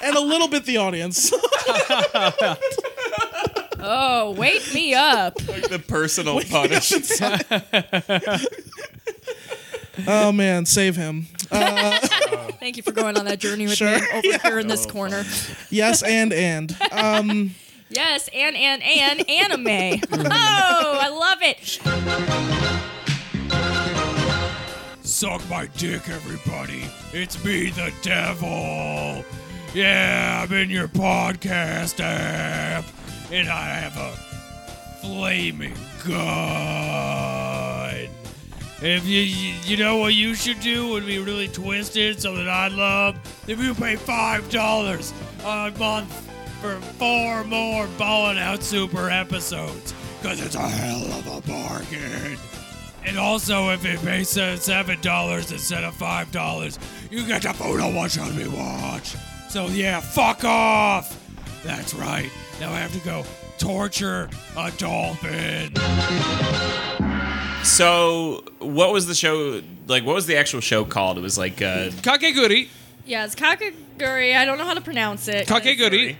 [SPEAKER 5] and a little bit the audience.
[SPEAKER 3] oh, wake me up!
[SPEAKER 2] Like the personal punish.
[SPEAKER 5] oh man, save him.
[SPEAKER 3] Thank you for going on that journey with
[SPEAKER 5] Sure.
[SPEAKER 3] me over here in this
[SPEAKER 2] Oh,
[SPEAKER 3] corner.
[SPEAKER 5] Yes, and and um,
[SPEAKER 3] Yes, and and and anime. oh, I love it.
[SPEAKER 1] Suck my dick, everybody. It's me, the devil. Yeah, I'm in your podcast app, and I have a flaming gun. If you you know what you should do would be really twisted, something I love. If you pay five dollars a month for four more Ballin' Out Super episodes, because it's a hell of a bargain. And also, if it pays uh, seven dollars instead of five dollars, you get to vote on what should be watched. So yeah, fuck off. That's right. Now I have to go torture a dolphin.
[SPEAKER 2] so, what was the show? Like, what was the actual show called? It was like uh,
[SPEAKER 4] Kakeguri.
[SPEAKER 3] Yeah, it's kakaguri. I don't know how to pronounce it.
[SPEAKER 4] Kakeguri.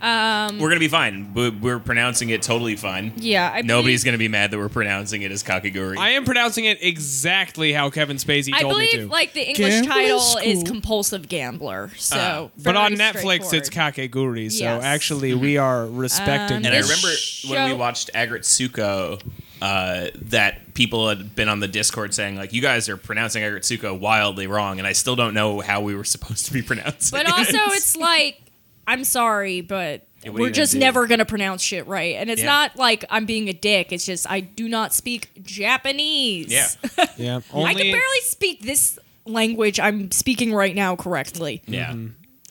[SPEAKER 2] we're gonna be fine. We- We're pronouncing it totally fine.
[SPEAKER 3] Um, Yeah, I
[SPEAKER 2] Nobody's
[SPEAKER 3] believe,
[SPEAKER 2] gonna be mad that we're pronouncing it as kakiguri.
[SPEAKER 4] I am pronouncing it exactly how Kevin Spacey
[SPEAKER 3] I
[SPEAKER 4] told me
[SPEAKER 3] believe
[SPEAKER 4] to.
[SPEAKER 3] like the English
[SPEAKER 5] Gambler's
[SPEAKER 3] title is
[SPEAKER 5] School.
[SPEAKER 3] compulsive gambler.
[SPEAKER 2] Ah.
[SPEAKER 3] So,
[SPEAKER 4] but
[SPEAKER 3] very
[SPEAKER 4] on Netflix, it's
[SPEAKER 3] straightforward.
[SPEAKER 4] Kakeguri. So
[SPEAKER 3] Yes. Mm-hmm.
[SPEAKER 4] actually, we are respecting.
[SPEAKER 3] Um,
[SPEAKER 2] And I
[SPEAKER 4] this.
[SPEAKER 3] This
[SPEAKER 2] remember when we
[SPEAKER 3] show-
[SPEAKER 2] watched Agritsuko, uh, that people had been on the Discord saying like, "You guys are pronouncing Agritsuko wildly wrong," and I still don't know how we were supposed to be pronouncing.
[SPEAKER 3] But
[SPEAKER 2] it.
[SPEAKER 3] also, it's like I'm sorry, but.
[SPEAKER 2] Yeah, what are you
[SPEAKER 3] We're
[SPEAKER 2] gonna
[SPEAKER 3] just
[SPEAKER 2] do?
[SPEAKER 3] never gonna pronounce shit right, and it's
[SPEAKER 2] Yeah.
[SPEAKER 3] not like I'm being a dick. It's just I do not speak Japanese.
[SPEAKER 2] yeah,
[SPEAKER 4] yeah,
[SPEAKER 3] I can
[SPEAKER 4] only
[SPEAKER 3] barely speak this language I'm speaking right now correctly.
[SPEAKER 2] yeah.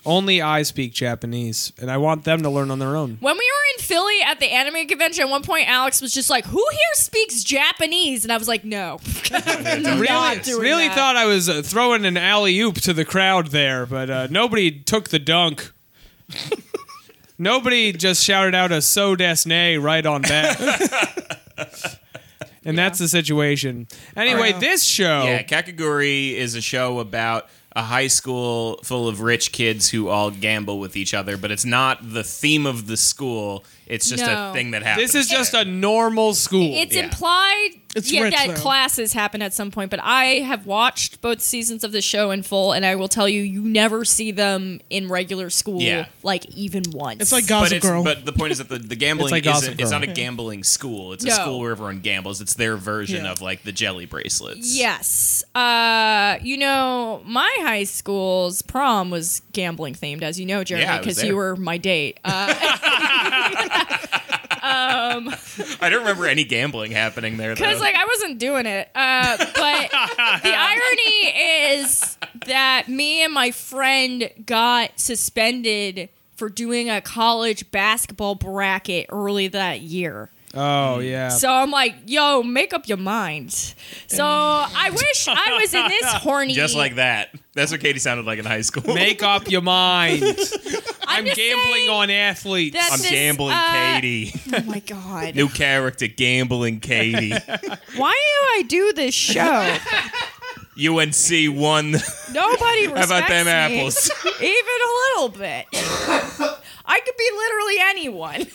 [SPEAKER 4] only I speak Japanese, and I want them to learn on their own.
[SPEAKER 3] When we were in Philly at the anime convention, at one point Alex was just like, "Who here speaks Japanese?" And I was like, "No."
[SPEAKER 4] Really,
[SPEAKER 3] doing
[SPEAKER 4] really
[SPEAKER 3] that.
[SPEAKER 4] thought I was uh, throwing an alley oop to the crowd there, but uh, nobody took the dunk. nobody just shouted out a so desne right on back. and that's the situation. Anyway, this show.
[SPEAKER 2] Yeah, Kakaguri is a show about a high school full of rich kids who all gamble with each other, but it's not the theme of the school. It's just
[SPEAKER 3] No.
[SPEAKER 2] a thing that happens.
[SPEAKER 4] This is just a normal school.
[SPEAKER 3] It's
[SPEAKER 2] Yeah.
[SPEAKER 3] implied
[SPEAKER 5] It's
[SPEAKER 3] yeah,
[SPEAKER 5] rich,
[SPEAKER 3] that
[SPEAKER 5] though.
[SPEAKER 3] classes happen at some point, but I have watched both seasons of the show in full, and I will tell you, you never see them in regular school,
[SPEAKER 2] Yeah.
[SPEAKER 3] like even once.
[SPEAKER 5] it's like
[SPEAKER 2] But,
[SPEAKER 5] Gossip
[SPEAKER 2] it's,
[SPEAKER 5] Girl.
[SPEAKER 2] but the point is that the, the gambling
[SPEAKER 4] like Gossip
[SPEAKER 2] isn't, it's
[SPEAKER 4] Girl.
[SPEAKER 2] not a gambling school. It's a
[SPEAKER 3] No.
[SPEAKER 2] school where everyone gambles. It's their version
[SPEAKER 5] Yeah.
[SPEAKER 2] of like the jelly bracelets.
[SPEAKER 3] Yes. Uh, you know, my high school's prom was gambling themed, as you know, Jeremy,
[SPEAKER 2] Yeah, I was
[SPEAKER 3] because
[SPEAKER 2] there.
[SPEAKER 3] you were my date. Uh,
[SPEAKER 2] I don't remember any gambling happening there.
[SPEAKER 3] Because
[SPEAKER 2] though.
[SPEAKER 3] like I wasn't doing it, uh, but the irony is that me and my friend got suspended for doing a college basketball bracket early that year.
[SPEAKER 5] Oh yeah.
[SPEAKER 3] So I'm like, yo, make up your mind. So I wish I was in this horny.
[SPEAKER 2] Just like that. That's what Katie sounded like in high school.
[SPEAKER 4] Make up your mind. I'm,
[SPEAKER 3] just
[SPEAKER 4] gambling
[SPEAKER 3] saying
[SPEAKER 4] on athletes.
[SPEAKER 3] that
[SPEAKER 2] I'm
[SPEAKER 3] this,
[SPEAKER 2] gambling,
[SPEAKER 3] uh,
[SPEAKER 2] Katie.
[SPEAKER 3] Oh my god.
[SPEAKER 2] New character, gambling, Katie.
[SPEAKER 3] Why do I do this show?
[SPEAKER 2] UNC won.
[SPEAKER 3] Nobody respects
[SPEAKER 2] How about them
[SPEAKER 3] me,
[SPEAKER 2] apples?
[SPEAKER 3] even a little bit. I could be literally anyone.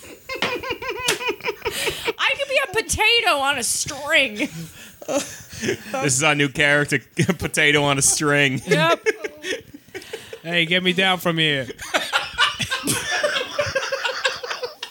[SPEAKER 3] I could be a potato on a string.
[SPEAKER 2] this is our new character, potato on a string.
[SPEAKER 3] Yep.
[SPEAKER 4] hey, get me down from here.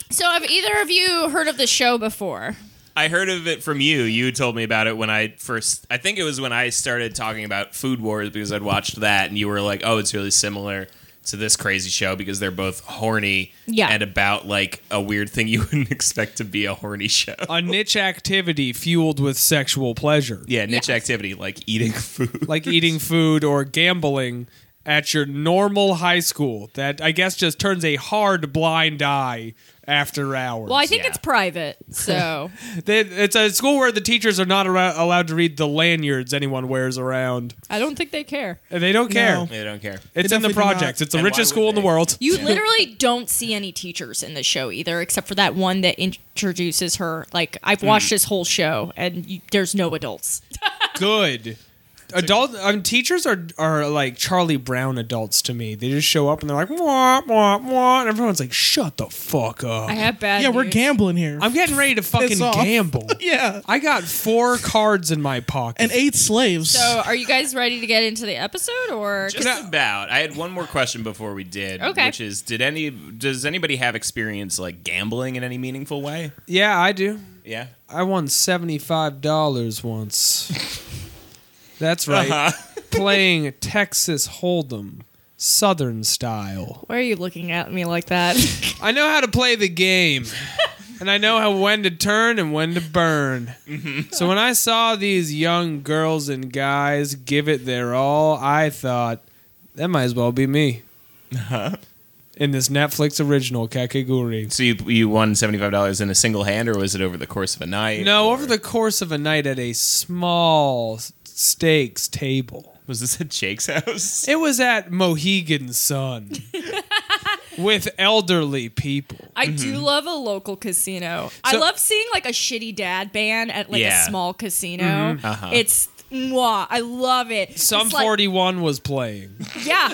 [SPEAKER 3] So, have either of you heard of the show before?
[SPEAKER 2] I heard of it from you. You told me about it when I first. I think it was when I started talking about Food Wars because I'd watched that, and you were like, "Oh, it's really similar to this crazy show because they're both horny
[SPEAKER 3] Yeah.
[SPEAKER 2] and about like a weird thing you wouldn't expect to be a horny show."
[SPEAKER 4] A niche activity fueled with sexual pleasure.
[SPEAKER 2] Yeah, niche
[SPEAKER 3] Yeah.
[SPEAKER 2] activity like eating food.
[SPEAKER 4] Like eating food or gambling at your normal high school that I guess just turns a hard blind eye after hours.
[SPEAKER 3] Well, I think
[SPEAKER 2] Yeah.
[SPEAKER 3] it's private, so
[SPEAKER 4] They- it's a school where the teachers are not arou- allowed to read the lanyards anyone wears around.
[SPEAKER 3] I don't think they care.
[SPEAKER 4] And they don't care.
[SPEAKER 5] No.
[SPEAKER 2] They don't care.
[SPEAKER 4] It's
[SPEAKER 5] They
[SPEAKER 4] in the
[SPEAKER 5] definitely do not.
[SPEAKER 4] projects. It's the
[SPEAKER 2] And why
[SPEAKER 4] richest
[SPEAKER 2] would
[SPEAKER 4] school in the
[SPEAKER 2] they?
[SPEAKER 4] world.
[SPEAKER 3] You literally don't see any teachers in the show either, except for that one that introduces her. Like, I've
[SPEAKER 2] Hmm.
[SPEAKER 3] watched this whole show, and you, there's no adults.
[SPEAKER 4] good. Adult um, teachers are are like Charlie Brown adults to me. They just show up and they're like wah wah wah, and everyone's like, "Shut the fuck up."
[SPEAKER 3] I have bad.
[SPEAKER 5] yeah, we're
[SPEAKER 3] news.
[SPEAKER 5] gambling here.
[SPEAKER 4] I'm getting ready to fucking
[SPEAKER 5] off.
[SPEAKER 4] gamble.
[SPEAKER 5] yeah.
[SPEAKER 4] I got four cards in my pocket.
[SPEAKER 5] And eight slaves.
[SPEAKER 3] So, are you guys ready to get into the episode, or
[SPEAKER 2] Just about. I had one more question before we did,
[SPEAKER 3] Okay.
[SPEAKER 2] which is, did any does anybody have experience like gambling in any meaningful way?
[SPEAKER 4] yeah, I do.
[SPEAKER 2] Yeah.
[SPEAKER 4] I won seventy five dollars once. That's right.
[SPEAKER 5] Uh-huh.
[SPEAKER 4] Playing Texas Hold'em, Southern style.
[SPEAKER 3] why are you looking at me like that?
[SPEAKER 4] I know how to play the game, and I know how when to turn and when to burn. So when I saw these young girls and guys give it their all, I thought that might as well be me. In this Netflix original, Kakegurui.
[SPEAKER 2] So you you won seventy five dollars in a single hand, or was it over the course of a night?
[SPEAKER 4] No,
[SPEAKER 2] or-
[SPEAKER 4] over the course of a night at a small s- stakes table.
[SPEAKER 2] was this at Jake's house?
[SPEAKER 4] It was at Mohegan Sun with elderly people.
[SPEAKER 3] I do love a local casino. I
[SPEAKER 4] So-
[SPEAKER 3] love seeing like a shitty dad band at like
[SPEAKER 2] Yeah.
[SPEAKER 3] a small casino.
[SPEAKER 2] Uh-huh.
[SPEAKER 3] It's mwah, I love it.
[SPEAKER 4] Some
[SPEAKER 3] It's like-
[SPEAKER 4] 41 was playing.
[SPEAKER 3] Yeah,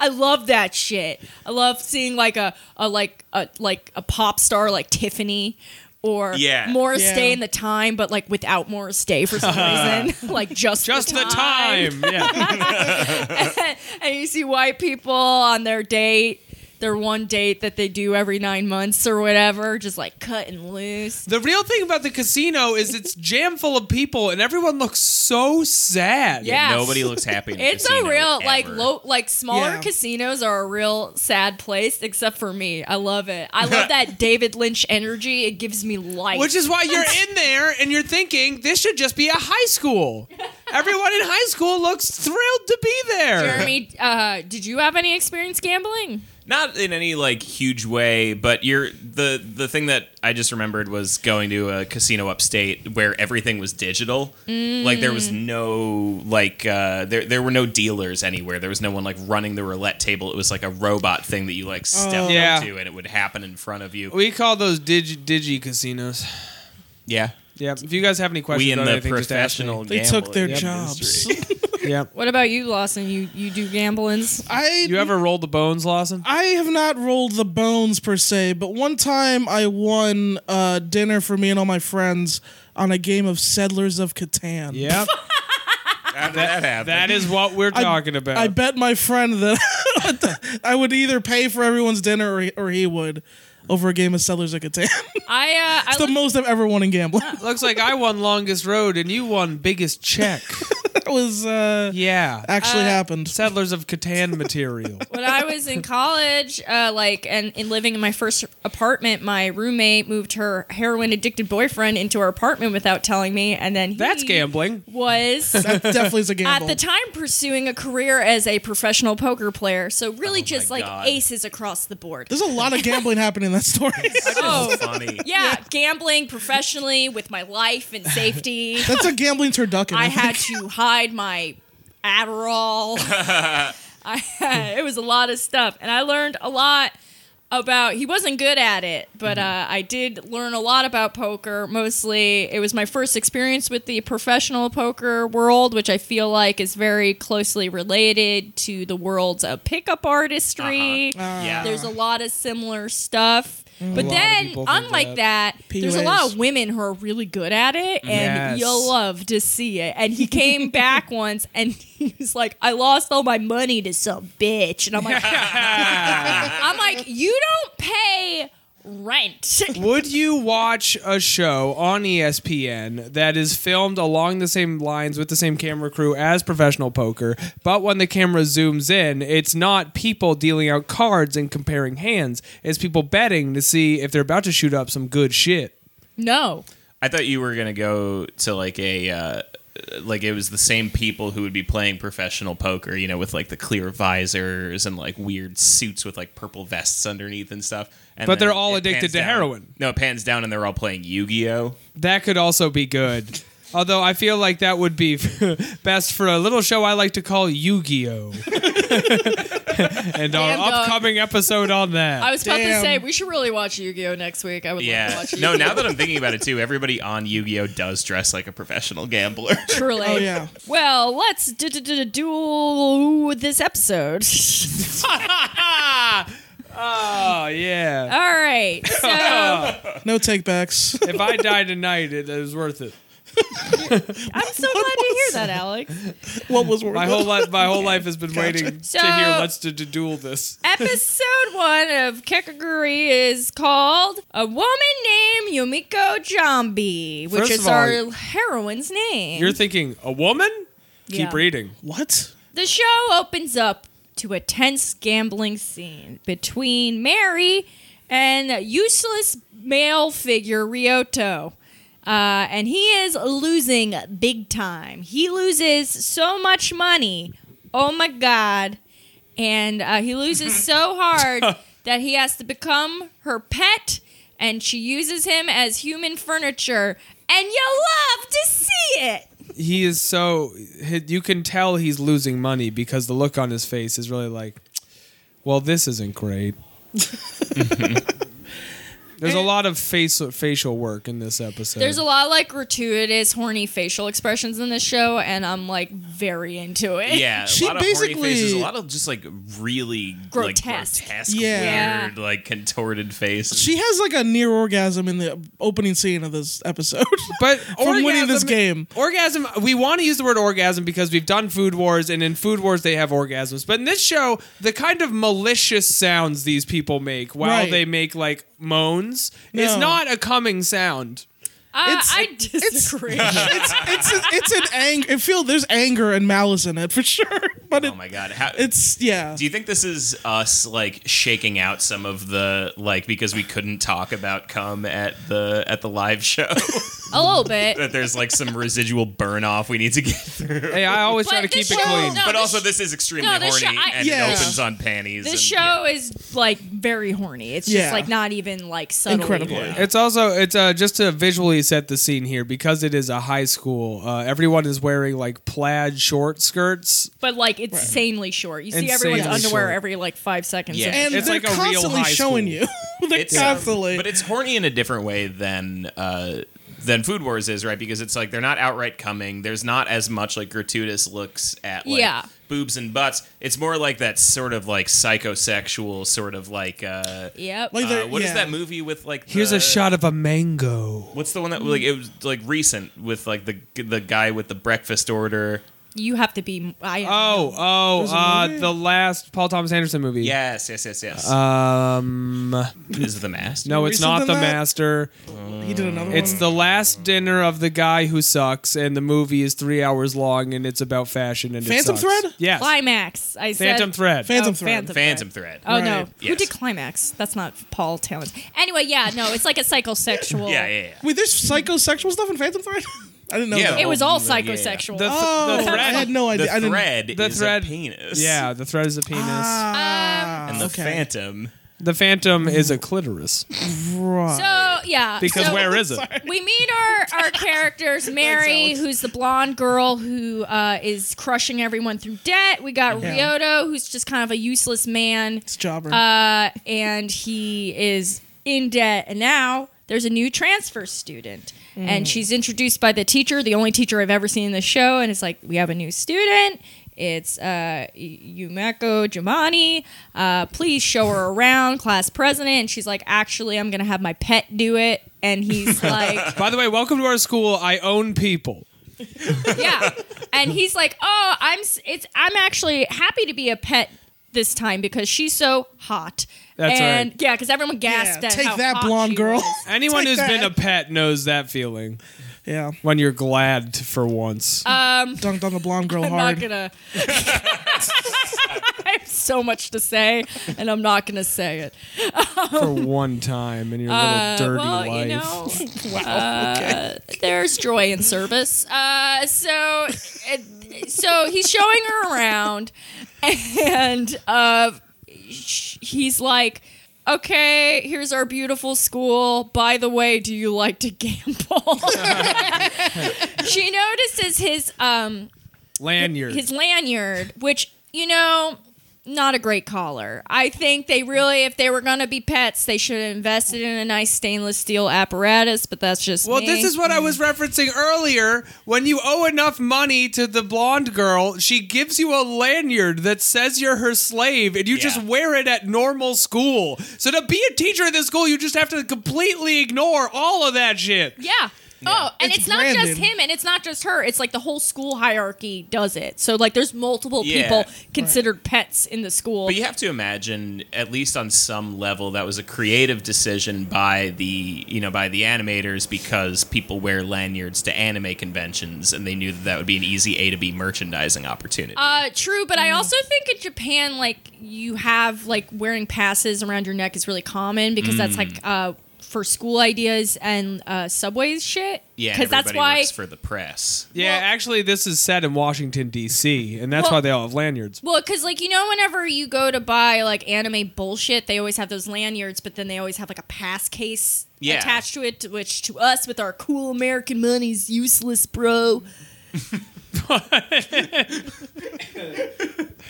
[SPEAKER 3] I love that shit. I love seeing like a, a like a like a pop star like Tiffany. Or
[SPEAKER 2] Yeah.
[SPEAKER 3] Morris
[SPEAKER 5] Yeah.
[SPEAKER 3] Day in the time, but like without Morris Day for some reason, like just
[SPEAKER 4] Just the time. Yeah.
[SPEAKER 3] and you see white people on their date, their one date that they do every nine months or whatever, just like cutting loose.
[SPEAKER 4] the real thing about the casino is it's jam full of people and everyone looks so sad.
[SPEAKER 3] Yeah. Yes.
[SPEAKER 2] Nobody looks happy. In a
[SPEAKER 3] It's a
[SPEAKER 2] casino
[SPEAKER 3] real
[SPEAKER 2] ever.
[SPEAKER 3] like low like smaller
[SPEAKER 5] Yeah.
[SPEAKER 3] casinos are a real sad place except for me. I love it. I love that David Lynch energy. It gives me life.
[SPEAKER 4] Which is why you're in there and you're thinking this should just be a high school. Everyone in high school looks thrilled to be there.
[SPEAKER 3] Jeremy, uh, did you have any experience gambling?
[SPEAKER 2] not in any like huge way, but you're the the thing that I just remembered was going to a casino upstate where everything was digital. Like there was
[SPEAKER 3] Mm.
[SPEAKER 2] no like uh, there there were no dealers anywhere. There was no one like running the roulette table. It was like a robot thing that you
[SPEAKER 3] Oh.
[SPEAKER 2] like stepped up
[SPEAKER 4] Yeah.
[SPEAKER 2] to and it would happen in front of you.
[SPEAKER 4] We call those digi digi casinos.
[SPEAKER 2] yeah.
[SPEAKER 4] Yeah. If you guys have any questions,
[SPEAKER 2] We in
[SPEAKER 4] on
[SPEAKER 2] the
[SPEAKER 4] anything, just ask me.
[SPEAKER 2] professional
[SPEAKER 5] they took their
[SPEAKER 2] gambling
[SPEAKER 5] jobs.
[SPEAKER 2] industry.
[SPEAKER 4] Yeah.
[SPEAKER 3] What about you, Lawson? You you do gamblings?
[SPEAKER 5] I
[SPEAKER 4] You ever roll the bones, Lawson?
[SPEAKER 5] I have not rolled the bones per se, but one time I won uh, dinner for me and all my friends on a game of Settlers of Catan.
[SPEAKER 4] Yeah.
[SPEAKER 2] How did that happened.
[SPEAKER 4] that is what we're
[SPEAKER 5] I-
[SPEAKER 4] talking about.
[SPEAKER 5] I bet my friend that I would either pay for everyone's dinner or he, or he would over a game of Settlers of Catan.
[SPEAKER 3] I uh, I
[SPEAKER 5] the
[SPEAKER 3] looked Oh.
[SPEAKER 5] most I've ever won in gambling.
[SPEAKER 4] Looks like I won longest road and you won biggest check.
[SPEAKER 5] I was uh,
[SPEAKER 4] Yeah.
[SPEAKER 5] actually happened.
[SPEAKER 4] Settlers of Catan material.
[SPEAKER 3] when I was in college, uh, like and, and living in my first apartment, my roommate moved her heroin addicted boyfriend into her apartment without telling me, and then he
[SPEAKER 4] That's gambling.
[SPEAKER 3] was
[SPEAKER 5] That definitely is a
[SPEAKER 3] at
[SPEAKER 5] gamble.
[SPEAKER 3] the time pursuing a career as a professional poker player. So really, just like
[SPEAKER 2] God.
[SPEAKER 3] aces across the board.
[SPEAKER 5] There's a lot of gambling happening in that story.
[SPEAKER 3] Oh.
[SPEAKER 2] funny.
[SPEAKER 3] Yeah, gambling professionally with my life and safety.
[SPEAKER 5] That's a gambling turducken.
[SPEAKER 3] I
[SPEAKER 5] think.
[SPEAKER 3] had to hide my Adderall. I had, it was a lot of stuff, and I learned a lot about. He wasn't good at it, but uh, I did learn a lot about poker. Mostly, it was my first experience with the professional poker world, which I feel like is very closely related to the worlds of pickup artistry.
[SPEAKER 2] Yeah.
[SPEAKER 3] There's a lot of similar stuff. But
[SPEAKER 4] Uh-huh. Mm-hmm. lot of
[SPEAKER 3] then,
[SPEAKER 4] people think
[SPEAKER 3] unlike that, there's a lot
[SPEAKER 5] PUAs.
[SPEAKER 3] of women who are really good at it, and
[SPEAKER 4] Yes.
[SPEAKER 3] you'll love to see it. And he came back once, and he was like, "I lost all my money to some bitch," and I'm like, "I'm like, you don't pay rent."
[SPEAKER 4] Would you watch a show on E ESPN that is filmed along the same lines with the same camera crew as professional poker, but when the camera zooms in, it's not people dealing out cards and comparing hands, it's people betting to see if they're about to shoot up some good shit?
[SPEAKER 3] no,
[SPEAKER 2] I thought you were gonna go to like a uh, like it was the same people who would be playing professional poker, you know, with like the clear visors and like weird suits with like purple vests underneath and stuff. And
[SPEAKER 4] But they're
[SPEAKER 2] then
[SPEAKER 4] all
[SPEAKER 2] it
[SPEAKER 4] addicted
[SPEAKER 2] pans
[SPEAKER 4] to
[SPEAKER 2] down-
[SPEAKER 4] heroin.
[SPEAKER 2] No, it pans down and they're all playing Yu-Gi-Oh.
[SPEAKER 4] That could also be good. Although I feel like that would be best for a little show I like to call Yu Gi Oh! and our
[SPEAKER 3] Damn, dog.
[SPEAKER 4] upcoming episode on that.
[SPEAKER 3] I was about to
[SPEAKER 5] Damn.
[SPEAKER 3] say we should really watch Yu-Gi-Oh next week. I would
[SPEAKER 2] Yeah.
[SPEAKER 3] love to watch.
[SPEAKER 2] No,
[SPEAKER 3] Yu-Gi-Oh.
[SPEAKER 2] now that I'm thinking about it too, everybody on Yu-Gi-Oh does dress like a professional gambler.
[SPEAKER 3] Truly.
[SPEAKER 5] Oh, yeah.
[SPEAKER 3] Well, let's do, do, do, do, do this episode.
[SPEAKER 4] oh, yeah.
[SPEAKER 3] All right. So.
[SPEAKER 5] no takebacks.
[SPEAKER 4] if I die tonight, it, it was worth it.
[SPEAKER 3] I'm so glad to hear that, Alex.
[SPEAKER 5] what was worth
[SPEAKER 4] My
[SPEAKER 5] it?
[SPEAKER 4] whole life, my whole life has been waiting
[SPEAKER 3] So-
[SPEAKER 4] to hear let's to, to duel this.
[SPEAKER 3] Episode one of Kekaguri is called A Woman Named Yumiko Jambi, which
[SPEAKER 4] First
[SPEAKER 3] is
[SPEAKER 4] of all,
[SPEAKER 3] our heroine's name.
[SPEAKER 4] You're thinking a woman?
[SPEAKER 3] Yeah.
[SPEAKER 4] Keep reading.
[SPEAKER 5] What?
[SPEAKER 3] the show opens up to a tense gambling scene between Mary and a useless male figure Ryoto. Uh, and he is losing big time. He loses so much money. Oh my God. And uh, he loses so hard that he has to become her pet, and she uses him as human furniture. And you love to see it.
[SPEAKER 4] He is so he- you can tell he's losing money because the look on his face is really like, well, this isn't great. There's a lot of facial facial work in this episode.
[SPEAKER 3] There's a lot of like gratuitous, horny facial expressions in this show, and I'm like very into it.
[SPEAKER 2] Yeah,
[SPEAKER 5] She
[SPEAKER 2] a lot of horny
[SPEAKER 5] basically-
[SPEAKER 2] faces, a lot of just like really
[SPEAKER 3] Grotesque.
[SPEAKER 2] like, grotesque
[SPEAKER 5] Yeah.
[SPEAKER 2] weird, like contorted faces.
[SPEAKER 5] She has like a near orgasm in the opening scene of this episode.
[SPEAKER 4] but
[SPEAKER 5] From winning this
[SPEAKER 4] orgasm-
[SPEAKER 5] game.
[SPEAKER 4] Orgasm. We want to use the word orgasm because we've done Food Wars, and in Food Wars they have orgasms. But in this show, the kind of malicious sounds these people make while
[SPEAKER 5] Right.
[SPEAKER 4] they make like moans is
[SPEAKER 5] No.
[SPEAKER 4] not a coming sound.
[SPEAKER 3] Uh,
[SPEAKER 5] It's-
[SPEAKER 3] I disagree.
[SPEAKER 5] it's it's it's an anger. It feel there's anger and malice in it for sure. But it,
[SPEAKER 2] oh my god, how,
[SPEAKER 5] it's yeah.
[SPEAKER 2] Do you think this is us like shaking out some of the like because we couldn't talk about cum at the at the live show
[SPEAKER 3] a little bit.
[SPEAKER 2] that there's like some residual burn off we need to get through?
[SPEAKER 4] Hey, I always
[SPEAKER 3] But
[SPEAKER 4] try to keep
[SPEAKER 3] this
[SPEAKER 4] it
[SPEAKER 3] show-
[SPEAKER 4] clean.
[SPEAKER 3] no.
[SPEAKER 2] but
[SPEAKER 3] this-
[SPEAKER 2] also, this is extremely
[SPEAKER 3] no, this
[SPEAKER 2] horny
[SPEAKER 3] show- I-
[SPEAKER 2] and
[SPEAKER 5] Yeah.
[SPEAKER 2] it opens on panties.
[SPEAKER 3] This
[SPEAKER 2] and-
[SPEAKER 3] show is like very horny. It's
[SPEAKER 5] Yeah.
[SPEAKER 3] just like not even like subtly.
[SPEAKER 5] Incredibly.
[SPEAKER 3] horny.
[SPEAKER 4] It's also it's uh, just to visually set the scene here because it is a high school. Uh, everyone is wearing like plaid short skirts.
[SPEAKER 3] But like it's insanely short. You see everyone's
[SPEAKER 4] Insanely
[SPEAKER 3] underwear
[SPEAKER 4] short.
[SPEAKER 3] every like five seconds.
[SPEAKER 2] Yeah.
[SPEAKER 3] in.
[SPEAKER 5] and
[SPEAKER 4] It's
[SPEAKER 5] they're
[SPEAKER 4] like a real
[SPEAKER 5] constantly
[SPEAKER 4] high
[SPEAKER 5] showing
[SPEAKER 4] school.
[SPEAKER 5] you. they're
[SPEAKER 2] It's- um,
[SPEAKER 5] constantly.
[SPEAKER 2] but it's horny in a different way than uh, than Food Wars is, right? Because it's like they're not outright coming. There's not as much like gratuitous looks at like
[SPEAKER 3] Yeah.
[SPEAKER 2] boobs and butts. It's more like that sort of like psychosexual sort of like uh,
[SPEAKER 3] Yep.
[SPEAKER 5] Like-
[SPEAKER 2] uh
[SPEAKER 5] They're-
[SPEAKER 2] what is
[SPEAKER 5] yeah.
[SPEAKER 2] that movie with like
[SPEAKER 4] Here's
[SPEAKER 2] the-
[SPEAKER 4] a shot of a mango.
[SPEAKER 2] What's the one that like it was like recent with like the the guy with the breakfast order
[SPEAKER 3] You have to be. I
[SPEAKER 4] Oh, oh,
[SPEAKER 5] a
[SPEAKER 4] uh,
[SPEAKER 5] movie?
[SPEAKER 4] the last Paul Thomas Anderson movie.
[SPEAKER 2] Yes, yes, yes, yes.
[SPEAKER 4] Um,
[SPEAKER 2] is it the mask?
[SPEAKER 4] no, it's
[SPEAKER 5] Recent
[SPEAKER 4] not
[SPEAKER 5] than
[SPEAKER 4] the
[SPEAKER 5] that? Oh.
[SPEAKER 4] master.
[SPEAKER 5] He did another
[SPEAKER 4] It's
[SPEAKER 5] one.
[SPEAKER 4] the last dinner of the guy who sucks, and the movie is three hours long, and it's about fashion and it
[SPEAKER 5] Phantom
[SPEAKER 4] sucks.
[SPEAKER 5] Thread?
[SPEAKER 4] Yes,
[SPEAKER 3] climax. I said
[SPEAKER 4] Phantom
[SPEAKER 3] Oh,
[SPEAKER 4] Thread.
[SPEAKER 5] Phantom Thread.
[SPEAKER 2] Phantom thread.
[SPEAKER 3] Oh no!
[SPEAKER 5] Right.
[SPEAKER 3] Who
[SPEAKER 2] Yes.
[SPEAKER 3] did climax? That's not Paul Talent. Anyway, yeah, no, it's like a psychosexual.
[SPEAKER 2] Yeah, yeah, yeah.
[SPEAKER 5] Wait, there's psychosexual stuff in Phantom Thread? I didn't know
[SPEAKER 2] Yeah.
[SPEAKER 5] that.
[SPEAKER 3] It was all
[SPEAKER 2] Yeah, yeah.
[SPEAKER 3] psychosexual.
[SPEAKER 4] The-
[SPEAKER 5] oh,
[SPEAKER 4] thread-
[SPEAKER 5] I had no idea. I
[SPEAKER 2] The
[SPEAKER 5] didn't,
[SPEAKER 2] thread
[SPEAKER 4] the
[SPEAKER 2] is
[SPEAKER 4] thread-
[SPEAKER 2] a penis.
[SPEAKER 4] yeah, the thread is a penis.
[SPEAKER 5] Ah,
[SPEAKER 2] And the
[SPEAKER 5] okay.
[SPEAKER 2] phantom.
[SPEAKER 4] the phantom is a clitoris.
[SPEAKER 5] Right.
[SPEAKER 3] so yeah,
[SPEAKER 4] Because
[SPEAKER 3] so
[SPEAKER 4] where is it?
[SPEAKER 3] we meet our our characters. Mary, who's the blonde girl who uh, is crushing everyone through debt. We got
[SPEAKER 5] Yeah.
[SPEAKER 3] Ryoto, who's just kind of a useless man,
[SPEAKER 5] it's Jobber.
[SPEAKER 3] uh, and he is in debt. And now there's a new transfer student, and she's introduced by the teacher, the only teacher I've ever seen in the show, and it's like we have a new student. It's uh, Yumeko Jamani. Uh, please show her around, class president. And she's like, actually, I'm gonna have my pet do it. And he's like,
[SPEAKER 4] By the way, welcome to our school. I own people.
[SPEAKER 3] yeah. And he's like, oh, I'm s- it's I'm actually happy to be a pet this time because she's so hot.
[SPEAKER 4] That's
[SPEAKER 3] and
[SPEAKER 4] right.
[SPEAKER 3] yeah, because everyone gasped
[SPEAKER 5] Yeah,
[SPEAKER 3] at
[SPEAKER 5] take
[SPEAKER 3] how
[SPEAKER 5] that,
[SPEAKER 3] hot
[SPEAKER 5] blonde
[SPEAKER 3] she
[SPEAKER 5] girl.
[SPEAKER 3] was.
[SPEAKER 4] Anyone
[SPEAKER 5] Take
[SPEAKER 4] who's
[SPEAKER 5] that.
[SPEAKER 4] been a pet knows that feeling
[SPEAKER 5] yeah.
[SPEAKER 4] when you're glad for once.
[SPEAKER 3] Uh,
[SPEAKER 5] Dunked on the blonde girl
[SPEAKER 3] I'm not
[SPEAKER 5] hard.
[SPEAKER 3] gonna. I have so much to say, and I'm not gonna say it.
[SPEAKER 4] for one time in your little dirty
[SPEAKER 3] uh, well,
[SPEAKER 4] life.
[SPEAKER 3] you know, uh, there's joy in service. Uh, so, it- so he's showing her around, and uh, sh- he's like, "Okay, here's our beautiful school. By the way, do you like to gamble?" she notices his um,
[SPEAKER 4] Lanyard.
[SPEAKER 3] his lanyard, which you know, not a great collar. I think they really, if they were gonna be pets, they should have invested in a nice stainless steel apparatus. But that's just
[SPEAKER 4] Well,
[SPEAKER 3] me.
[SPEAKER 4] this is what I was referencing earlier. When you owe enough money to the blonde girl, she gives you a lanyard that says you're her slave, and you just
[SPEAKER 2] Yeah.
[SPEAKER 4] wear it at normal school. So to be a teacher at this school, you just have to completely ignore all of that shit.
[SPEAKER 3] yeah. Oh, and
[SPEAKER 5] It's
[SPEAKER 3] it's, not just
[SPEAKER 5] Brandon.
[SPEAKER 3] him, and it's not just her. It's like the whole school hierarchy does it. So like, there's multiple
[SPEAKER 2] Yeah.
[SPEAKER 3] people considered pets in the school.
[SPEAKER 2] But you have to imagine, at least on some level, that was a creative decision by the you know by the animators because people wear lanyards to anime conventions, and they knew that that would be an easy A to B merchandising opportunity.
[SPEAKER 3] Uh, true, but I
[SPEAKER 2] Mm-hmm.
[SPEAKER 3] also think in Japan, like you have like wearing passes around your neck is really common because that's like
[SPEAKER 2] Mm.
[SPEAKER 3] uh, for school ideas and uh, subways shit.
[SPEAKER 2] yeah,
[SPEAKER 3] because
[SPEAKER 2] because
[SPEAKER 3] that's why.
[SPEAKER 2] works for the press.
[SPEAKER 4] Yeah,
[SPEAKER 3] Well-
[SPEAKER 4] actually, this is set in Washington D.C., and that's
[SPEAKER 3] Well-
[SPEAKER 4] why they all have lanyards.
[SPEAKER 3] well, because like you know, whenever you go to buy like anime bullshit, they always have those lanyards, but then they always have like a pass case
[SPEAKER 2] Yeah.
[SPEAKER 3] attached to it, which to us with our cool American money's useless, bro.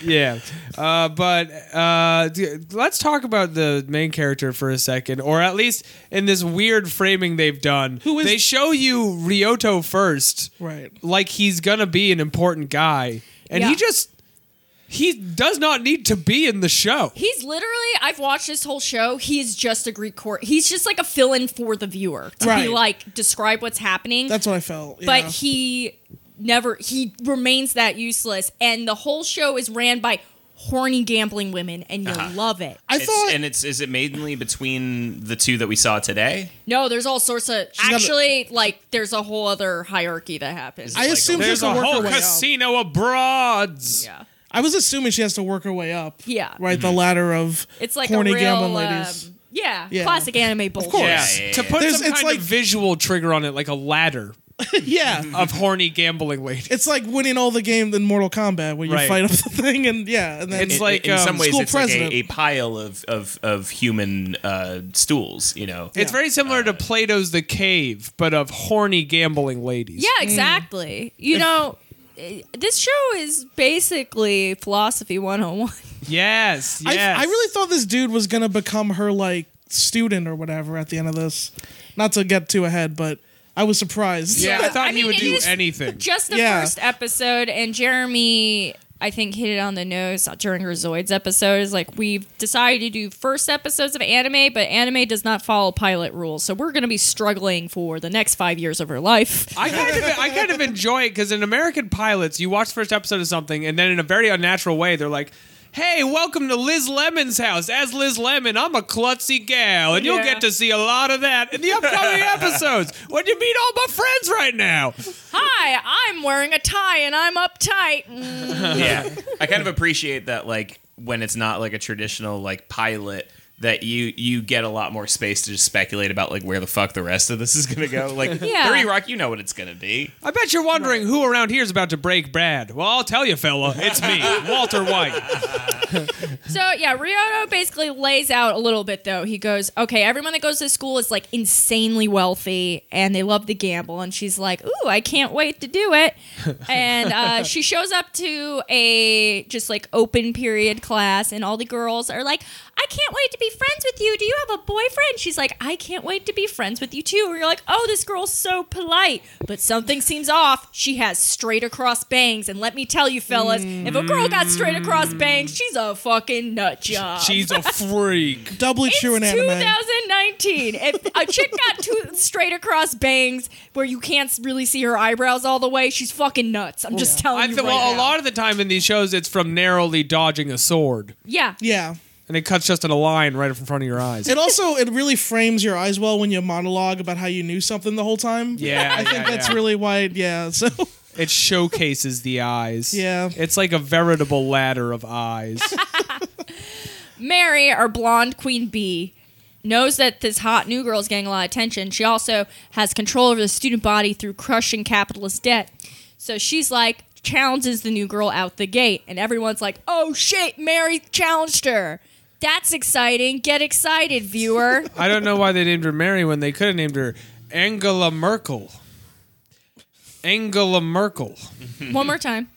[SPEAKER 4] Yeah, uh, but uh, d- let's talk about the main character for a second, or at least in this weird framing they've done.
[SPEAKER 5] Who is-
[SPEAKER 4] they show you Ryoto first,
[SPEAKER 5] Right.
[SPEAKER 4] Like he's gonna be an important guy, and he
[SPEAKER 3] Yeah.
[SPEAKER 4] just he does not need to be in the show.
[SPEAKER 3] He's literally, I've watched this whole show. He's just a Greek court. He's just like a fill in for the viewer to be
[SPEAKER 5] Right.
[SPEAKER 3] like, describe what's happening.
[SPEAKER 5] That's what I felt.
[SPEAKER 3] but
[SPEAKER 5] yeah.
[SPEAKER 3] he never, he remains that useless. And the whole show is ran by horny gambling women, and you love it.
[SPEAKER 5] I
[SPEAKER 2] It's,
[SPEAKER 5] thought
[SPEAKER 2] and it's is it mainly between the two that we saw today?
[SPEAKER 3] No, there's all sorts of,
[SPEAKER 5] got a-
[SPEAKER 3] actually, like, there's a whole other hierarchy that happens.
[SPEAKER 5] I
[SPEAKER 2] like
[SPEAKER 5] assume she
[SPEAKER 4] There's
[SPEAKER 5] has to
[SPEAKER 4] a
[SPEAKER 5] work her
[SPEAKER 4] whole
[SPEAKER 5] way up.
[SPEAKER 4] casino of broads.
[SPEAKER 3] yeah.
[SPEAKER 5] I was assuming she has to work her way up.
[SPEAKER 3] Yeah.
[SPEAKER 5] Right,
[SPEAKER 4] Mm-hmm.
[SPEAKER 5] the ladder of
[SPEAKER 3] It's like
[SPEAKER 5] horny
[SPEAKER 3] a real,
[SPEAKER 5] gambling ladies.
[SPEAKER 3] um, yeah,
[SPEAKER 5] Yeah.
[SPEAKER 3] classic anime bullshit.
[SPEAKER 5] course.
[SPEAKER 4] Yeah,
[SPEAKER 2] Yeah, yeah,
[SPEAKER 4] to
[SPEAKER 2] yeah.
[SPEAKER 4] put
[SPEAKER 5] There's-
[SPEAKER 4] some
[SPEAKER 5] it's
[SPEAKER 4] kind
[SPEAKER 5] like-
[SPEAKER 4] of visual trigger on it, like a ladder
[SPEAKER 5] yeah. Uh,
[SPEAKER 4] of horny gambling ladies.
[SPEAKER 5] It's like winning all the game in Mortal Kombat where you
[SPEAKER 4] Right.
[SPEAKER 5] fight up the thing and yeah, and then
[SPEAKER 4] It's
[SPEAKER 2] In-
[SPEAKER 4] like,
[SPEAKER 2] in
[SPEAKER 4] um,
[SPEAKER 2] some ways,
[SPEAKER 5] school
[SPEAKER 2] it's
[SPEAKER 5] president.
[SPEAKER 2] like a, a pile of of of human uh, stools. You know,
[SPEAKER 4] It's very similar to Plato's The Cave, but of horny gambling ladies.
[SPEAKER 3] Yeah,
[SPEAKER 5] Mm.
[SPEAKER 3] exactly. You know, eh, this show is basically philosophy 101.
[SPEAKER 4] Yes.
[SPEAKER 5] I,
[SPEAKER 4] Yes.
[SPEAKER 5] I really thought this dude was gonna become her like student or whatever at the end of this. Not to get too ahead, but I was surprised.
[SPEAKER 4] Yeah, I thought
[SPEAKER 3] I
[SPEAKER 4] he
[SPEAKER 3] mean,
[SPEAKER 4] would
[SPEAKER 3] it
[SPEAKER 4] do
[SPEAKER 3] is-
[SPEAKER 4] anything.
[SPEAKER 3] Just the
[SPEAKER 5] Yeah.
[SPEAKER 3] first episode, and Jeremy I think hit it on the nose during her Zoids episode is like we've decided to do first episodes of anime, but anime does not follow pilot rules, so we're going to be struggling for the next five years of her life.
[SPEAKER 4] I kind of I kind of enjoy it because in American Pilots, you watch the first episode of something, and then in a very unnatural way, they're like. Hey, welcome to Liz Lemon's house. As Liz Lemon, I'm a klutzy gal, and you'll
[SPEAKER 3] Yeah.
[SPEAKER 4] get to see a lot of that in the upcoming episodes when you meet all my friends right now.
[SPEAKER 3] Hi, I'm wearing a tie and I'm uptight. Mm.
[SPEAKER 2] yeah i kind of appreciate that like when it's not like a traditional like pilot that you you get a lot more space to just speculate about like where the fuck the rest of this is gonna go like
[SPEAKER 3] Yeah.
[SPEAKER 2] 30 rock you know what it's gonna be
[SPEAKER 4] I bet you're wondering who around here is about to break Brad. Well, I'll tell you, fella. It's me, Walter White.
[SPEAKER 3] So yeah, Ryoto basically lays out a little bit though. He goes, "Okay, everyone that goes to school is like insanely wealthy and they love to gamble." And she's like, "Ooh, I can't wait to do it." and uh, she shows up to a just like open period class, and all the girls are like, "I can't wait to be friends with you. Do you have a boyfriend?" She's like, "I can't wait to be friends with you too." And you're like, "Oh, this girl's so polite, but something seems off. She has straight across bangs, and let me tell you, fellas, if a girl got straight across bangs, she's a fucking nut job."
[SPEAKER 4] She's a freak.
[SPEAKER 5] Doubly
[SPEAKER 3] It's
[SPEAKER 5] true in anime.
[SPEAKER 3] 2019. If a chick got two straight across bangs where you can't really see her eyebrows all the way, she's fucking nuts.
[SPEAKER 5] Oh,
[SPEAKER 3] I'm just telling
[SPEAKER 4] I
[SPEAKER 3] you.
[SPEAKER 4] th-
[SPEAKER 3] right
[SPEAKER 4] well, a
[SPEAKER 3] now.
[SPEAKER 4] lot of the time in these shows, it's from narrowly dodging a sword,
[SPEAKER 3] Yeah.
[SPEAKER 5] Yeah.
[SPEAKER 4] and it cuts just in a line right in front of your eyes.
[SPEAKER 5] It also it really frames your eyes well when you monologue about how you knew something the whole time.
[SPEAKER 4] Yeah,
[SPEAKER 5] I think
[SPEAKER 4] yeah,
[SPEAKER 5] that's
[SPEAKER 4] yeah.
[SPEAKER 5] really why. It, yeah, so
[SPEAKER 4] It showcases the eyes.
[SPEAKER 5] Yeah.
[SPEAKER 4] It's like a veritable ladder of eyes.
[SPEAKER 3] Mary, our blonde queen bee, knows that this hot new girl is getting a lot of attention. She also has control over the student body through crushing capitalist debt. So she's like, challenges the new girl out the gate. And everyone's like, oh shit, Mary challenged her. That's exciting. Get excited, viewer.
[SPEAKER 4] I don't know why they named her Mary when they could have named her Angela Merkel. Angela Merkel
[SPEAKER 3] One more time.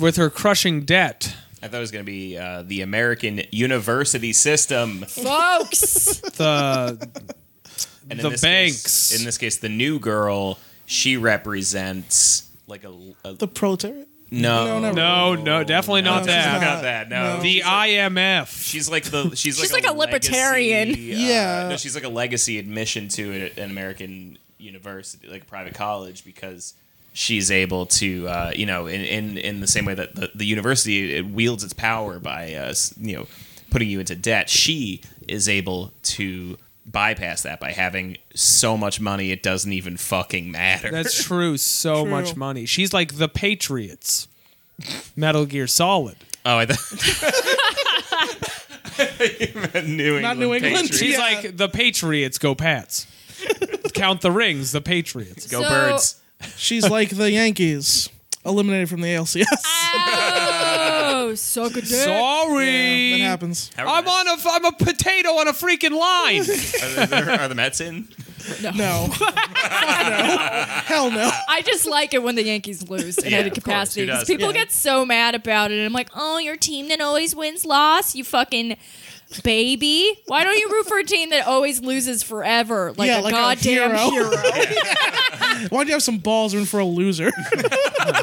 [SPEAKER 4] with her crushing debt.
[SPEAKER 2] i thought it was gonna be uh, the american university system
[SPEAKER 3] Folks.
[SPEAKER 4] The
[SPEAKER 2] and
[SPEAKER 4] The
[SPEAKER 2] in this
[SPEAKER 4] banks.
[SPEAKER 2] case, in this case the new girl she represents like a, a
[SPEAKER 5] the proletariat.
[SPEAKER 2] no
[SPEAKER 5] No, never.
[SPEAKER 4] no, no, definitely not
[SPEAKER 5] she's
[SPEAKER 4] that.
[SPEAKER 5] not.
[SPEAKER 2] not that no,
[SPEAKER 5] No.
[SPEAKER 4] The IMF.
[SPEAKER 2] She's like the she's,
[SPEAKER 3] She's
[SPEAKER 2] like,
[SPEAKER 3] like a libertarian.
[SPEAKER 2] legacy, uh,
[SPEAKER 5] Yeah.
[SPEAKER 2] no, she's like a legacy admission to an, an American university, like a private college, because she's able to, uh, you know, in, in in the same way that the, the university it wields its power by, uh, s- you know, putting you into debt. She is able to bypass that by having so much money it doesn't even fucking matter.
[SPEAKER 4] That's true. So
[SPEAKER 5] True.
[SPEAKER 4] much money. She's like the Patriots. Metal Gear Solid.
[SPEAKER 2] oh, I thought. New England
[SPEAKER 5] Not New England.
[SPEAKER 2] Patriots.
[SPEAKER 4] She's
[SPEAKER 5] Yeah.
[SPEAKER 4] like the Patriots go Pats. Count the rings, the Patriots.
[SPEAKER 2] Go
[SPEAKER 3] So-
[SPEAKER 2] birds.
[SPEAKER 5] She's like the Yankees, eliminated from the ALCS.
[SPEAKER 3] Oh, suck a dick.
[SPEAKER 4] Sorry.
[SPEAKER 5] that happens.
[SPEAKER 2] How are
[SPEAKER 4] I'm
[SPEAKER 2] the
[SPEAKER 4] on a I'm a potato on a freaking line.
[SPEAKER 2] Are, there, are the Mets in?
[SPEAKER 5] No. Fuck no. Hell no.
[SPEAKER 3] I just like it when the Yankees lose in
[SPEAKER 2] Yeah,
[SPEAKER 3] any
[SPEAKER 2] of course,
[SPEAKER 3] capacity
[SPEAKER 2] who
[SPEAKER 3] because
[SPEAKER 2] doesn't?
[SPEAKER 3] people
[SPEAKER 5] Yeah.
[SPEAKER 3] get so mad about it. And I'm like, oh, your team that always wins loss, you fucking baby. Why don't you root for a team that always loses forever, like
[SPEAKER 5] yeah,
[SPEAKER 3] a
[SPEAKER 5] like
[SPEAKER 3] goddamn
[SPEAKER 5] a
[SPEAKER 3] hero?
[SPEAKER 5] hero. Why don't you have some balls rooting for a loser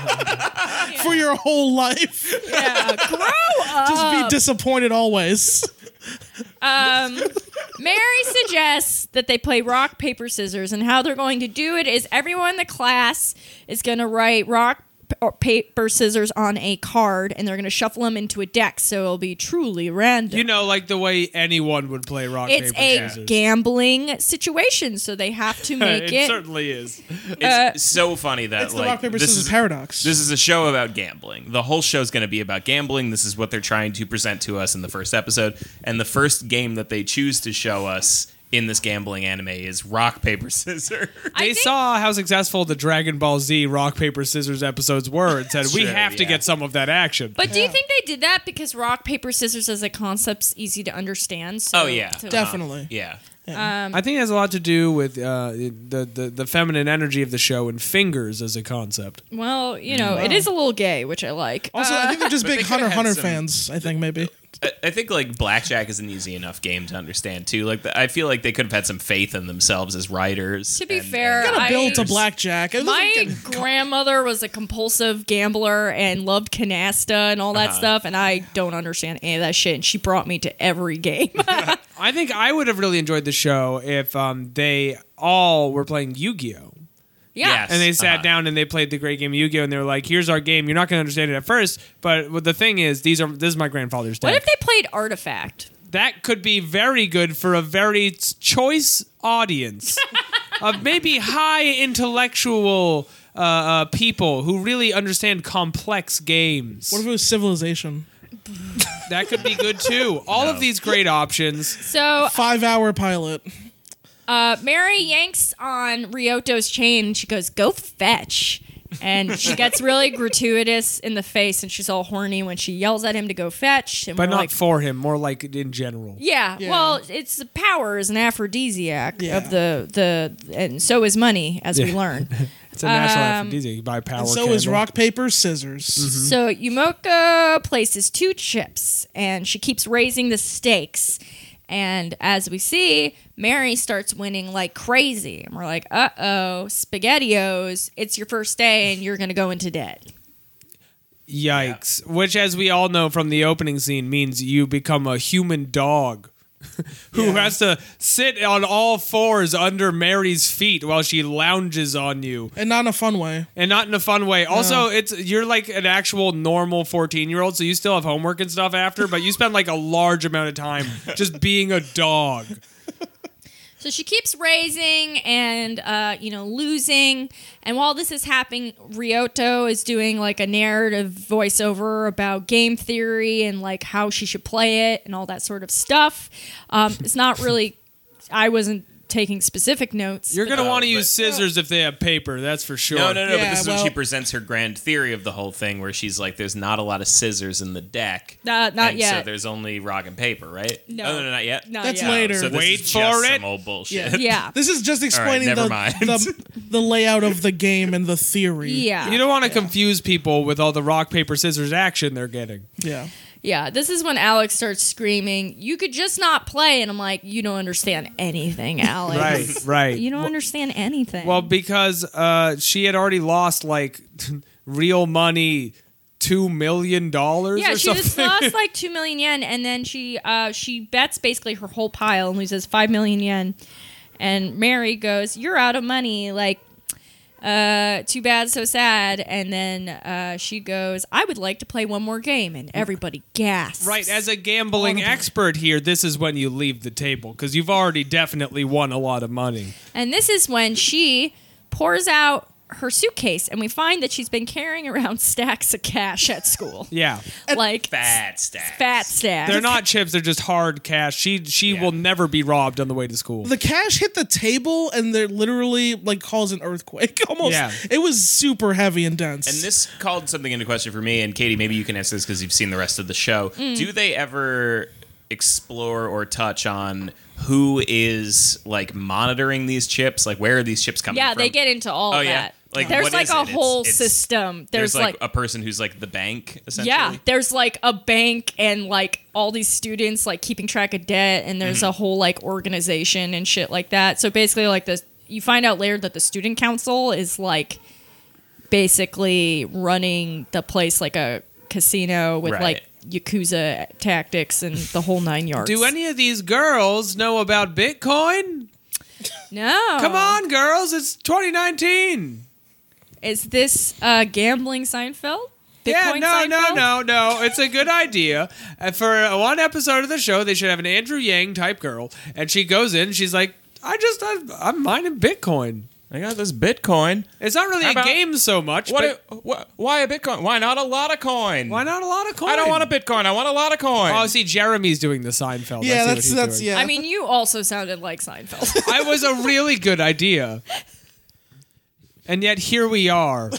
[SPEAKER 5] for your whole life?
[SPEAKER 3] Yeah, grow up.
[SPEAKER 5] Just be disappointed always.
[SPEAKER 3] Um, Mary suggests that they play rock, paper, scissors, and how they're going to do it is everyone in the class is going to write rock, p- or paper, scissors on a card, and they're going to shuffle them into a deck, so it'll be truly random.
[SPEAKER 4] You know, like the way anyone would play rock
[SPEAKER 3] it's
[SPEAKER 4] paper
[SPEAKER 3] a
[SPEAKER 4] scissors.
[SPEAKER 3] gambling situation, so they have to make
[SPEAKER 4] it,
[SPEAKER 3] it.
[SPEAKER 4] certainly is.
[SPEAKER 2] It's so funny that
[SPEAKER 5] Uh, It's
[SPEAKER 2] like
[SPEAKER 5] the rock paper
[SPEAKER 2] this
[SPEAKER 5] scissors
[SPEAKER 2] is
[SPEAKER 5] paradox.
[SPEAKER 2] this is a show about gambling. The whole show's going to be about gambling. This is what they're trying to present to us in the first episode, and the first game that they choose to show us in this gambling anime is rock paper scissors.
[SPEAKER 3] I
[SPEAKER 4] They
[SPEAKER 3] think-
[SPEAKER 4] saw how successful the Dragon Ball Z rock paper scissors episodes were and said we
[SPEAKER 2] Sure,
[SPEAKER 4] have to
[SPEAKER 2] yeah.
[SPEAKER 4] get some of that action.
[SPEAKER 3] But do you think they did that because rock, paper, scissors as a concept's easy to understand? So
[SPEAKER 2] oh yeah,
[SPEAKER 3] to-
[SPEAKER 5] Definitely.
[SPEAKER 2] Uh, yeah.
[SPEAKER 3] um,
[SPEAKER 4] I think it has a lot to do with uh, the, the the feminine energy of the show and fingers as a concept. Mm.
[SPEAKER 3] well, you know, it is a little gay, which I like.
[SPEAKER 5] also, I think they're just
[SPEAKER 2] But
[SPEAKER 5] big
[SPEAKER 2] they could've
[SPEAKER 5] Hunter x
[SPEAKER 2] had
[SPEAKER 5] Hunter
[SPEAKER 2] some-
[SPEAKER 5] fans, I think, maybe.
[SPEAKER 2] I- I think like blackjack is an easy enough game to understand too. Like the, I feel like they could have had some faith in themselves as writers.
[SPEAKER 3] To be
[SPEAKER 2] and-
[SPEAKER 3] fair,
[SPEAKER 2] and-
[SPEAKER 5] Got a bill
[SPEAKER 3] I-
[SPEAKER 5] to blackjack. It was
[SPEAKER 3] My
[SPEAKER 5] like-
[SPEAKER 3] grandmother was a compulsive gambler and loved canasta and all that stuff, and I don't understand any of that shit. And she brought me to every game.
[SPEAKER 4] I think I would have really enjoyed the show if um, they all were playing Yu Gi Oh!
[SPEAKER 3] yeah,
[SPEAKER 2] Yes.
[SPEAKER 4] And they sat
[SPEAKER 2] Uh-huh.
[SPEAKER 4] down and they played the great game of Yu-Gi-Oh! And they were like, "Here's our game. You're not going to understand it at first, but what the thing is, these are this is my grandfather's
[SPEAKER 3] What
[SPEAKER 4] deck.
[SPEAKER 3] if they played Artifact?
[SPEAKER 4] that could be very good for a very s- choice audience of maybe high intellectual uh, uh, people who really understand complex games.
[SPEAKER 5] what if it was civilization?
[SPEAKER 4] that could be good too. All of these great options.
[SPEAKER 3] So
[SPEAKER 5] Five hour pilot.
[SPEAKER 3] uh, Mary yanks on Ryoto's chain. and She goes, "Go fetch." And she gets really gratuitous in the face, and she's all horny when she yells at him to go fetch. And
[SPEAKER 4] But
[SPEAKER 3] we're
[SPEAKER 4] not
[SPEAKER 3] like,
[SPEAKER 4] for him, more like in general.
[SPEAKER 3] Yeah,
[SPEAKER 5] Yeah.
[SPEAKER 3] well, it's the power is an aphrodisiac
[SPEAKER 5] Yeah.
[SPEAKER 3] of the the, and so is money, as we
[SPEAKER 4] Yeah.
[SPEAKER 3] learn.
[SPEAKER 4] It's a natural
[SPEAKER 3] Um,
[SPEAKER 4] aphrodisiac. You buy power.
[SPEAKER 5] And so is
[SPEAKER 4] candle.
[SPEAKER 5] rock, paper, scissors.
[SPEAKER 4] Mm.
[SPEAKER 3] So Yumoka places two chips, and she keeps raising the stakes. And as we see, Mary starts winning like crazy, and we're like, "Uh oh, Spaghettios! It's your first day, and you're gonna go into debt."
[SPEAKER 4] Yikes. Which, as we all know from the opening scene, means you become a human dog who has to sit on all fours under Mary's feet while she lounges on you.
[SPEAKER 5] And not in a fun way.
[SPEAKER 4] And not in a fun way. Also, it's you're like an actual normal 14 year old, so you still have homework and stuff after, but you spend like a large amount of time just being a dog.
[SPEAKER 3] So she keeps raising and uh, you know losing, and while this is happening, Ryoto is doing like a narrative voiceover about game theory and like how she should play it and all that sort of stuff. Um, it's not really. I wasn't taking specific notes.
[SPEAKER 4] You're gonna
[SPEAKER 2] Oh,
[SPEAKER 4] want to use
[SPEAKER 2] but-
[SPEAKER 4] scissors if they have paper, that's for sure.
[SPEAKER 2] No, no,
[SPEAKER 5] Yeah,
[SPEAKER 2] no. but this is
[SPEAKER 5] well-
[SPEAKER 2] when she presents her grand theory of the whole thing, where she's like, "There's not a lot of scissors in the deck.
[SPEAKER 3] Uh, not
[SPEAKER 2] and So
[SPEAKER 3] yet.
[SPEAKER 2] there's only rock and paper, right?
[SPEAKER 3] No.
[SPEAKER 2] oh, no, no, not yet.
[SPEAKER 3] Not
[SPEAKER 5] That's
[SPEAKER 3] yet.
[SPEAKER 5] later.
[SPEAKER 2] So this
[SPEAKER 4] Wait
[SPEAKER 2] is
[SPEAKER 4] for
[SPEAKER 2] just
[SPEAKER 4] it.
[SPEAKER 2] Some old bullshit.
[SPEAKER 3] Yeah.
[SPEAKER 5] This is just explaining
[SPEAKER 2] never
[SPEAKER 5] the,
[SPEAKER 2] mind.
[SPEAKER 5] the the layout of the game and the theory.
[SPEAKER 3] Yeah.
[SPEAKER 4] You don't want to confuse people with all the rock, paper, scissors action they're getting.
[SPEAKER 5] Yeah.
[SPEAKER 3] yeah. This is when Alex starts screaming, You could just not play. And I'm like, You don't understand anything, Alex.
[SPEAKER 4] Right, right.
[SPEAKER 3] You don't understand anything.
[SPEAKER 4] Well, because uh, she had already lost like real money, two million dollars.
[SPEAKER 3] yeah,
[SPEAKER 4] or
[SPEAKER 3] she
[SPEAKER 4] something.
[SPEAKER 3] just lost like two million yen, and then she uh, she bets basically her whole pile and loses five million yen. And Mary goes, "You're out of money." Like, uh, too bad, so sad. And then uh, she goes, "I would like to play one more game," and everybody gasps.
[SPEAKER 4] Right, as a gambling expert here, this is when you leave the table because you've already definitely won a lot of money.
[SPEAKER 3] And this is when she pours out her suitcase, and we find that she's been carrying around stacks of cash at school,
[SPEAKER 4] Yeah,
[SPEAKER 3] like
[SPEAKER 2] Fat stack.
[SPEAKER 3] fat stacks.
[SPEAKER 4] they're not chips; they're just hard cash. She she
[SPEAKER 2] Yeah.
[SPEAKER 4] will never be robbed on the way to school.
[SPEAKER 5] The cash hit the table and they're literally like caused an earthquake. Almost
[SPEAKER 4] Yeah.
[SPEAKER 5] it was super heavy and dense.
[SPEAKER 2] And this called something into question for me. And Katie, maybe you can answer this because you've seen the rest of the show.
[SPEAKER 3] Mm.
[SPEAKER 2] Do they ever explore or touch on who is like monitoring these chips? Like, where are these chips coming
[SPEAKER 3] Yeah,
[SPEAKER 2] from?
[SPEAKER 3] they get into all
[SPEAKER 2] Oh,
[SPEAKER 3] of
[SPEAKER 2] yeah.
[SPEAKER 3] that.
[SPEAKER 2] Like,
[SPEAKER 3] there's
[SPEAKER 2] what
[SPEAKER 3] like
[SPEAKER 2] is
[SPEAKER 3] a
[SPEAKER 2] it? It's-
[SPEAKER 3] whole
[SPEAKER 2] it's-
[SPEAKER 3] system. There's, like,
[SPEAKER 2] a person who's like the bank, essentially.
[SPEAKER 3] yeah, there's like a bank and like all these students like keeping track of debt, and there's a whole like organization and shit like that. So basically, like this, you find out later that the student council is like basically running the place like a casino with
[SPEAKER 2] Right.
[SPEAKER 3] like yakuza tactics and the whole nine yards.
[SPEAKER 4] Do any of these girls know about Bitcoin?
[SPEAKER 3] No,
[SPEAKER 4] Come on, girls! It's 2019.
[SPEAKER 3] Is this uh, gambling Seinfeld?
[SPEAKER 4] yeah,
[SPEAKER 3] Bitcoin
[SPEAKER 4] no,
[SPEAKER 3] Seinfeld?
[SPEAKER 4] no, no, no. It's a good idea. Uh, For one episode of the show, they should have an Andrew Yang type girl, and she goes in. She's like, "I just, I'm, I'm mining Bitcoin.
[SPEAKER 2] I got this Bitcoin.
[SPEAKER 4] It's not really
[SPEAKER 2] How
[SPEAKER 4] a
[SPEAKER 2] about-
[SPEAKER 4] game so much.
[SPEAKER 2] What?
[SPEAKER 4] but
[SPEAKER 2] wh- why a Bitcoin? Why not a lot of coin?
[SPEAKER 4] why not a lot of coin?
[SPEAKER 2] I don't want a Bitcoin. I want a lot of coin.
[SPEAKER 4] Oh, see, Jeremy's doing the Seinfeld. I see
[SPEAKER 5] yeah,
[SPEAKER 4] what
[SPEAKER 5] that's
[SPEAKER 4] he's
[SPEAKER 5] that's
[SPEAKER 4] doing.
[SPEAKER 5] yeah.
[SPEAKER 3] I mean, you also sounded like Seinfeld.
[SPEAKER 4] I was a really good idea, and yet here we are,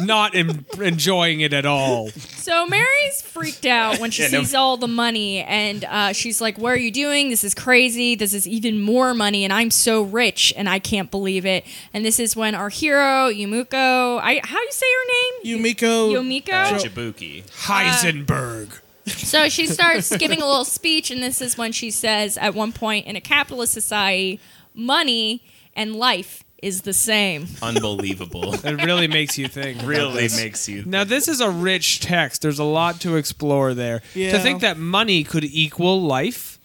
[SPEAKER 4] not em- enjoying it at all.
[SPEAKER 3] So Mary's freaked out when she
[SPEAKER 2] Yeah, no.
[SPEAKER 3] sees all the money, and uh, she's like, "What are you doing? This is crazy. This is even more money, and I'm so rich, and I can't believe it." And this is when our hero Yumuko, I how do you say her name?
[SPEAKER 5] Yumiko
[SPEAKER 3] Yumiko.
[SPEAKER 2] Uh, Jabuki.
[SPEAKER 4] Heisenberg.
[SPEAKER 3] So she starts giving a little speech, and this is when she says, at one point, in a capitalist society, money and life is the same.
[SPEAKER 2] Unbelievable.
[SPEAKER 4] It really makes you think.
[SPEAKER 2] really makes you.
[SPEAKER 4] Now this is a rich text. There's a lot to explore there. To
[SPEAKER 5] Yeah.
[SPEAKER 4] think that money could equal life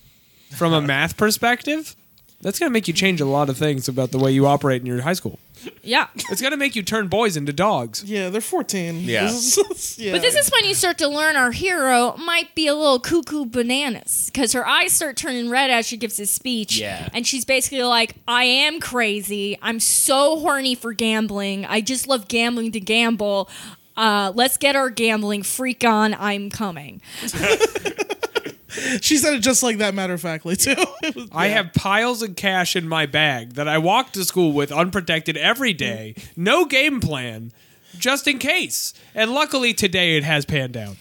[SPEAKER 4] from a math perspective, that's gonna make you change a lot of things about the way you operate in your high school.
[SPEAKER 3] Yeah.
[SPEAKER 4] It's gonna make you turn boys into dogs.
[SPEAKER 5] Yeah, they're 14.
[SPEAKER 2] Yeah.
[SPEAKER 5] This is- yeah.
[SPEAKER 3] But this is when you start to learn our hero might be a little cuckoo bananas because her eyes start turning red as she gives this speech.
[SPEAKER 2] Yeah.
[SPEAKER 3] And she's basically like, I am crazy. I'm so horny for gambling. I just love gambling to gamble. Uh, let's get our gambling freak on. I'm coming.
[SPEAKER 5] she said it just like that, matter of factly, too. It was-
[SPEAKER 4] I have piles of cash in my bag that I walk to school with unprotected every day. No game plan, just in case. And luckily today it has panned out.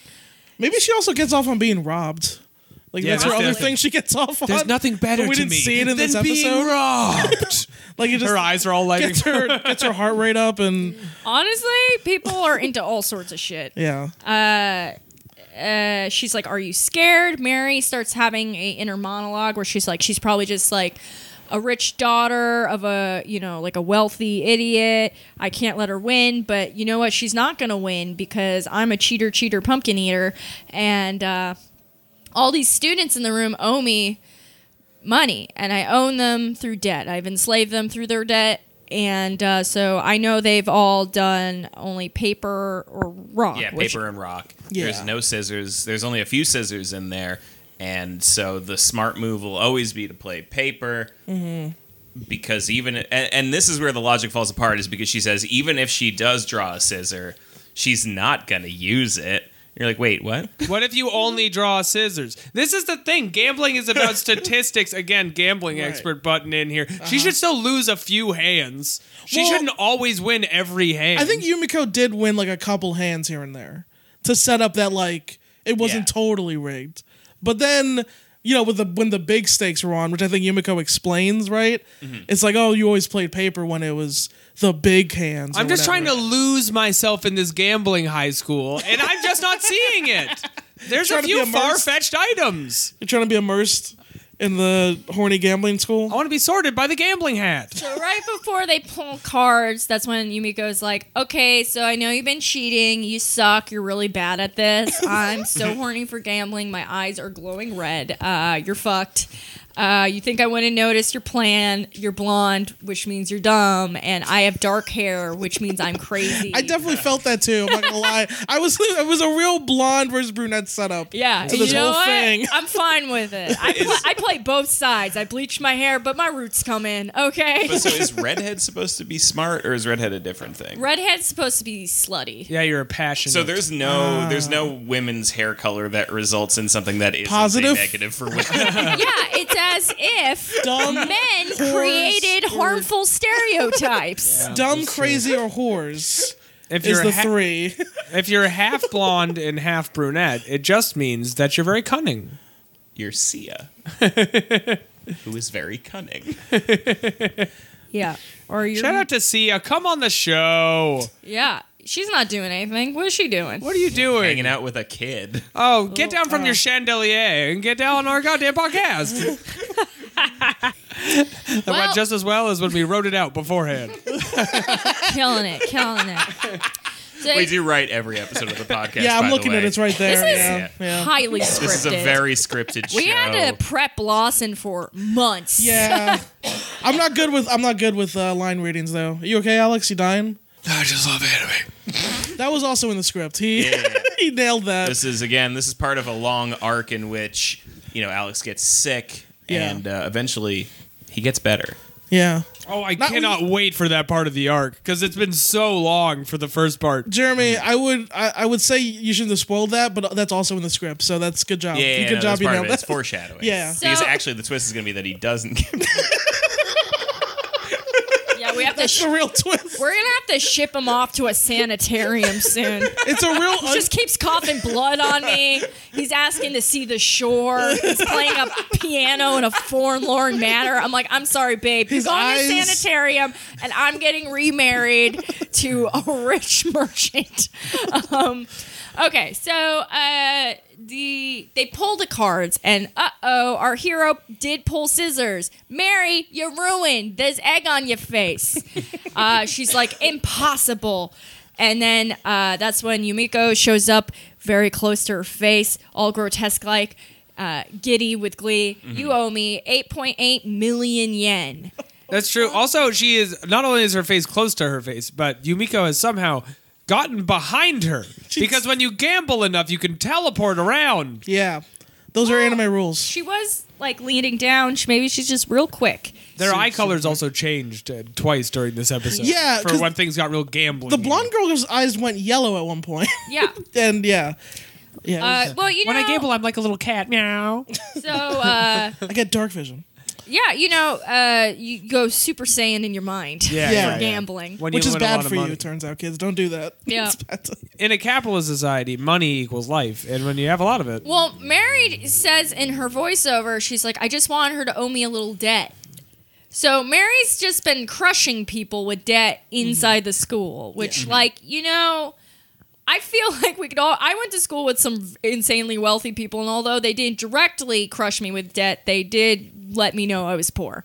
[SPEAKER 5] Maybe she also gets off on being robbed. Like,
[SPEAKER 4] Yeah,
[SPEAKER 5] that's her
[SPEAKER 4] that's
[SPEAKER 5] other
[SPEAKER 4] definitely-
[SPEAKER 5] thing she gets off on.
[SPEAKER 4] There's nothing better
[SPEAKER 5] But we
[SPEAKER 4] to
[SPEAKER 5] didn't
[SPEAKER 4] me
[SPEAKER 5] see it
[SPEAKER 4] than
[SPEAKER 5] in this
[SPEAKER 4] being
[SPEAKER 5] episode.
[SPEAKER 4] robbed.
[SPEAKER 5] Like, it just
[SPEAKER 4] Her eyes are all lighting
[SPEAKER 5] gets, her, gets her heart rate up, and
[SPEAKER 3] Honestly, people are into all sorts of shit.
[SPEAKER 5] yeah.
[SPEAKER 3] uh, she's like, "Are you scared?" Mary starts having a inner monologue where she's like, she's probably just like a rich daughter of a you know like a wealthy idiot. I can't let her win, but you know what? She's not gonna win because I'm a cheater, cheater, pumpkin eater, and uh, all these students in the room owe me money, and I own them through debt. I've enslaved them through their debt. And uh, so I know they've all done only paper or rock.
[SPEAKER 2] Yeah,
[SPEAKER 3] which-
[SPEAKER 2] paper and rock.
[SPEAKER 5] Yeah.
[SPEAKER 2] There's no scissors. There's only a few scissors in there, and so the smart move will always be to play paper.
[SPEAKER 5] Mm-hmm.
[SPEAKER 2] Because even and, and this is where the logic falls apart is because she says even if she does draw a scissor, she's not gonna use it. You're like, wait, what?
[SPEAKER 4] What if you only draw scissors? This is the thing. Gambling is about statistics. Again, gambling expert button in here. She should still lose a few hands. She
[SPEAKER 5] Uh-huh. Well-
[SPEAKER 4] shouldn't always win every hand.
[SPEAKER 5] I think Yumiko did win, like, a couple hands here and there to set up that, like, it wasn't
[SPEAKER 2] Yeah.
[SPEAKER 5] totally rigged. But then. You know, with the when the big stakes were on, which I think Yumiko explains, right?
[SPEAKER 4] Mm-hmm.
[SPEAKER 5] It's like, oh, you always played paper when it was the big hands. or
[SPEAKER 4] I'm just
[SPEAKER 5] whatever.
[SPEAKER 4] trying to lose myself in this gambling high school, and I'm just not seeing it. There's
[SPEAKER 5] Trying
[SPEAKER 4] a
[SPEAKER 5] to be
[SPEAKER 4] few
[SPEAKER 5] immersed.
[SPEAKER 4] far fetched items.
[SPEAKER 5] You're trying to be immersed in the horny gambling school?
[SPEAKER 4] I want to be sorted by the gambling hat.
[SPEAKER 3] So right before they pull cards, that's when Yumiko's like, "Okay, so I know you've been cheating. You suck. You're really bad at this. I'm so horny for gambling. My eyes are glowing red. Uh, you're fucked. Uh, you think I wouldn't notice your plan? You're blonde, which means you're dumb, and I have dark hair, which means I'm crazy.
[SPEAKER 5] I definitely felt that too. I'm not gonna lie. I was it was a real blonde versus brunette setup.
[SPEAKER 3] yeah,
[SPEAKER 5] to
[SPEAKER 3] you
[SPEAKER 5] this
[SPEAKER 3] know
[SPEAKER 5] whole
[SPEAKER 3] what?
[SPEAKER 5] thing.
[SPEAKER 3] I'm fine with it. I, pla I play both sides. I bleach my hair, but my roots come in. Okay.
[SPEAKER 2] But so is redhead supposed to be smart, or is redhead a different thing?
[SPEAKER 3] Redhead's supposed to be slutty.
[SPEAKER 4] Yeah, you're a passion.
[SPEAKER 2] So there's no there's
[SPEAKER 5] Ah.
[SPEAKER 2] no women's hair color that results in something that is
[SPEAKER 5] Positive?
[SPEAKER 2] negative for women.
[SPEAKER 3] yeah, it's as if
[SPEAKER 5] Dumb,
[SPEAKER 3] men
[SPEAKER 5] Whores
[SPEAKER 3] created
[SPEAKER 5] or-
[SPEAKER 3] harmful stereotypes.
[SPEAKER 5] dumb, crazy, or whores
[SPEAKER 4] if
[SPEAKER 5] is
[SPEAKER 4] you're
[SPEAKER 5] the
[SPEAKER 4] ha-
[SPEAKER 5] three.
[SPEAKER 4] If you're half blonde and half brunette, it just means that you're very cunning.
[SPEAKER 2] You're Sia, who is very cunning.
[SPEAKER 3] Yeah. Or you're
[SPEAKER 4] Shout out to Sia. Come on the show.
[SPEAKER 3] Yeah. She's not doing anything. What is she doing?
[SPEAKER 4] What are you doing?
[SPEAKER 2] Hanging out with a kid.
[SPEAKER 4] Oh, get down
[SPEAKER 5] uh.
[SPEAKER 4] from your chandelier and get down on our goddamn podcast. that
[SPEAKER 3] Well-
[SPEAKER 4] went just as well as when we wrote it out beforehand.
[SPEAKER 3] Killing it, killing it. So
[SPEAKER 2] We do write every episode of the podcast.
[SPEAKER 5] yeah,
[SPEAKER 2] by
[SPEAKER 5] I'm
[SPEAKER 2] the
[SPEAKER 5] looking at it.
[SPEAKER 2] way.
[SPEAKER 5] It's right there.
[SPEAKER 3] This is-
[SPEAKER 5] yeah, yeah.
[SPEAKER 3] highly scripted.
[SPEAKER 2] This is a very scripted show.
[SPEAKER 3] we had to prep Lawson for months.
[SPEAKER 5] Yeah. I'm not good with I'm not good with uh, line readings though. Are you okay, Alex? You dying?
[SPEAKER 4] I just love anime.
[SPEAKER 5] That was also in the script. He he nailed that.
[SPEAKER 2] This is again. This is part of a long arc in which you know Alex gets sick,
[SPEAKER 5] Yeah.
[SPEAKER 2] and uh, eventually he gets better.
[SPEAKER 5] yeah.
[SPEAKER 4] Oh, I
[SPEAKER 5] Not
[SPEAKER 4] cannot wait for that part of the arc because it's been so long for the first part.
[SPEAKER 5] Jeremy, I would I, I would say you shouldn't have spoiled that, but that's also in the script, so that's good job.
[SPEAKER 2] Yeah, yeah,
[SPEAKER 5] good
[SPEAKER 2] no,
[SPEAKER 5] job,
[SPEAKER 2] that's
[SPEAKER 5] you
[SPEAKER 2] part
[SPEAKER 5] nailed
[SPEAKER 2] of it.
[SPEAKER 5] that.
[SPEAKER 2] It's foreshadowing.
[SPEAKER 5] Yeah.
[SPEAKER 2] because
[SPEAKER 3] So-
[SPEAKER 2] actually the twist is going to be that he doesn't. Get
[SPEAKER 3] Yeah, we have to
[SPEAKER 5] That's
[SPEAKER 3] sh-
[SPEAKER 5] a real twist.
[SPEAKER 3] we're gonna have to ship him off to a sanitarium soon.
[SPEAKER 5] It's a real
[SPEAKER 3] He just keeps coughing blood on me. He's asking to see the shore. He's playing a piano in a forlorn manner. I'm like, I'm sorry, babe. He's
[SPEAKER 5] His
[SPEAKER 3] going to
[SPEAKER 5] eyes-
[SPEAKER 3] sanitarium, and I'm getting remarried to a rich merchant. Um, Okay, so uh, the they pull the cards, and uh oh, our hero did pull scissors. Mary, you're ruined. There's egg on your face. uh, she's like, impossible. And then uh, that's when Yumiko shows up very close to her face, all grotesque like, uh, giddy with glee. You owe me 8.8 million yen.
[SPEAKER 4] That's true. Also, she is not only is her face close to her face, but Yumiko has somehow gotten behind her because when you gamble enough, you can teleport around.
[SPEAKER 5] Yeah. Those are anime rules.
[SPEAKER 3] She was like leaning down. She, maybe she's just real quick.
[SPEAKER 4] Their eye colors also changed uh, twice during this episode.
[SPEAKER 5] Yeah,
[SPEAKER 4] for
[SPEAKER 5] 'cause
[SPEAKER 4] when things got real gambling.
[SPEAKER 5] The blonde girl's eyes went yellow at one point.
[SPEAKER 3] Yeah.
[SPEAKER 5] and yeah. Yeah. it
[SPEAKER 3] Uh,
[SPEAKER 5] was-
[SPEAKER 3] well, you know,
[SPEAKER 4] when I gamble, I'm like a little cat. Meow.
[SPEAKER 3] so uh,
[SPEAKER 5] I get dark vision.
[SPEAKER 3] yeah, you know, uh, you go Super Saiyan in your mind.
[SPEAKER 4] Yeah,
[SPEAKER 5] Yeah.
[SPEAKER 4] yeah,
[SPEAKER 5] yeah.
[SPEAKER 4] yeah.
[SPEAKER 3] Gambling.
[SPEAKER 4] When
[SPEAKER 5] Which
[SPEAKER 4] you
[SPEAKER 5] is
[SPEAKER 4] win a lot
[SPEAKER 5] bad
[SPEAKER 4] of
[SPEAKER 5] for you,
[SPEAKER 4] money.
[SPEAKER 5] it turns out, kids. Don't do that.
[SPEAKER 3] Yeah.
[SPEAKER 5] It's bad to-
[SPEAKER 4] In a capitalist society, money equals life, and when you have a lot of it,
[SPEAKER 3] Well, Mary says in her voiceover, she's like, I just want her to owe me a little debt. So Mary's just been crushing people with debt
[SPEAKER 4] Mm-hmm.
[SPEAKER 3] inside the school, which, like, you know, I feel like we could all. I went to school with some insanely wealthy people, and although they didn't directly crush me with debt, they did let me know I was poor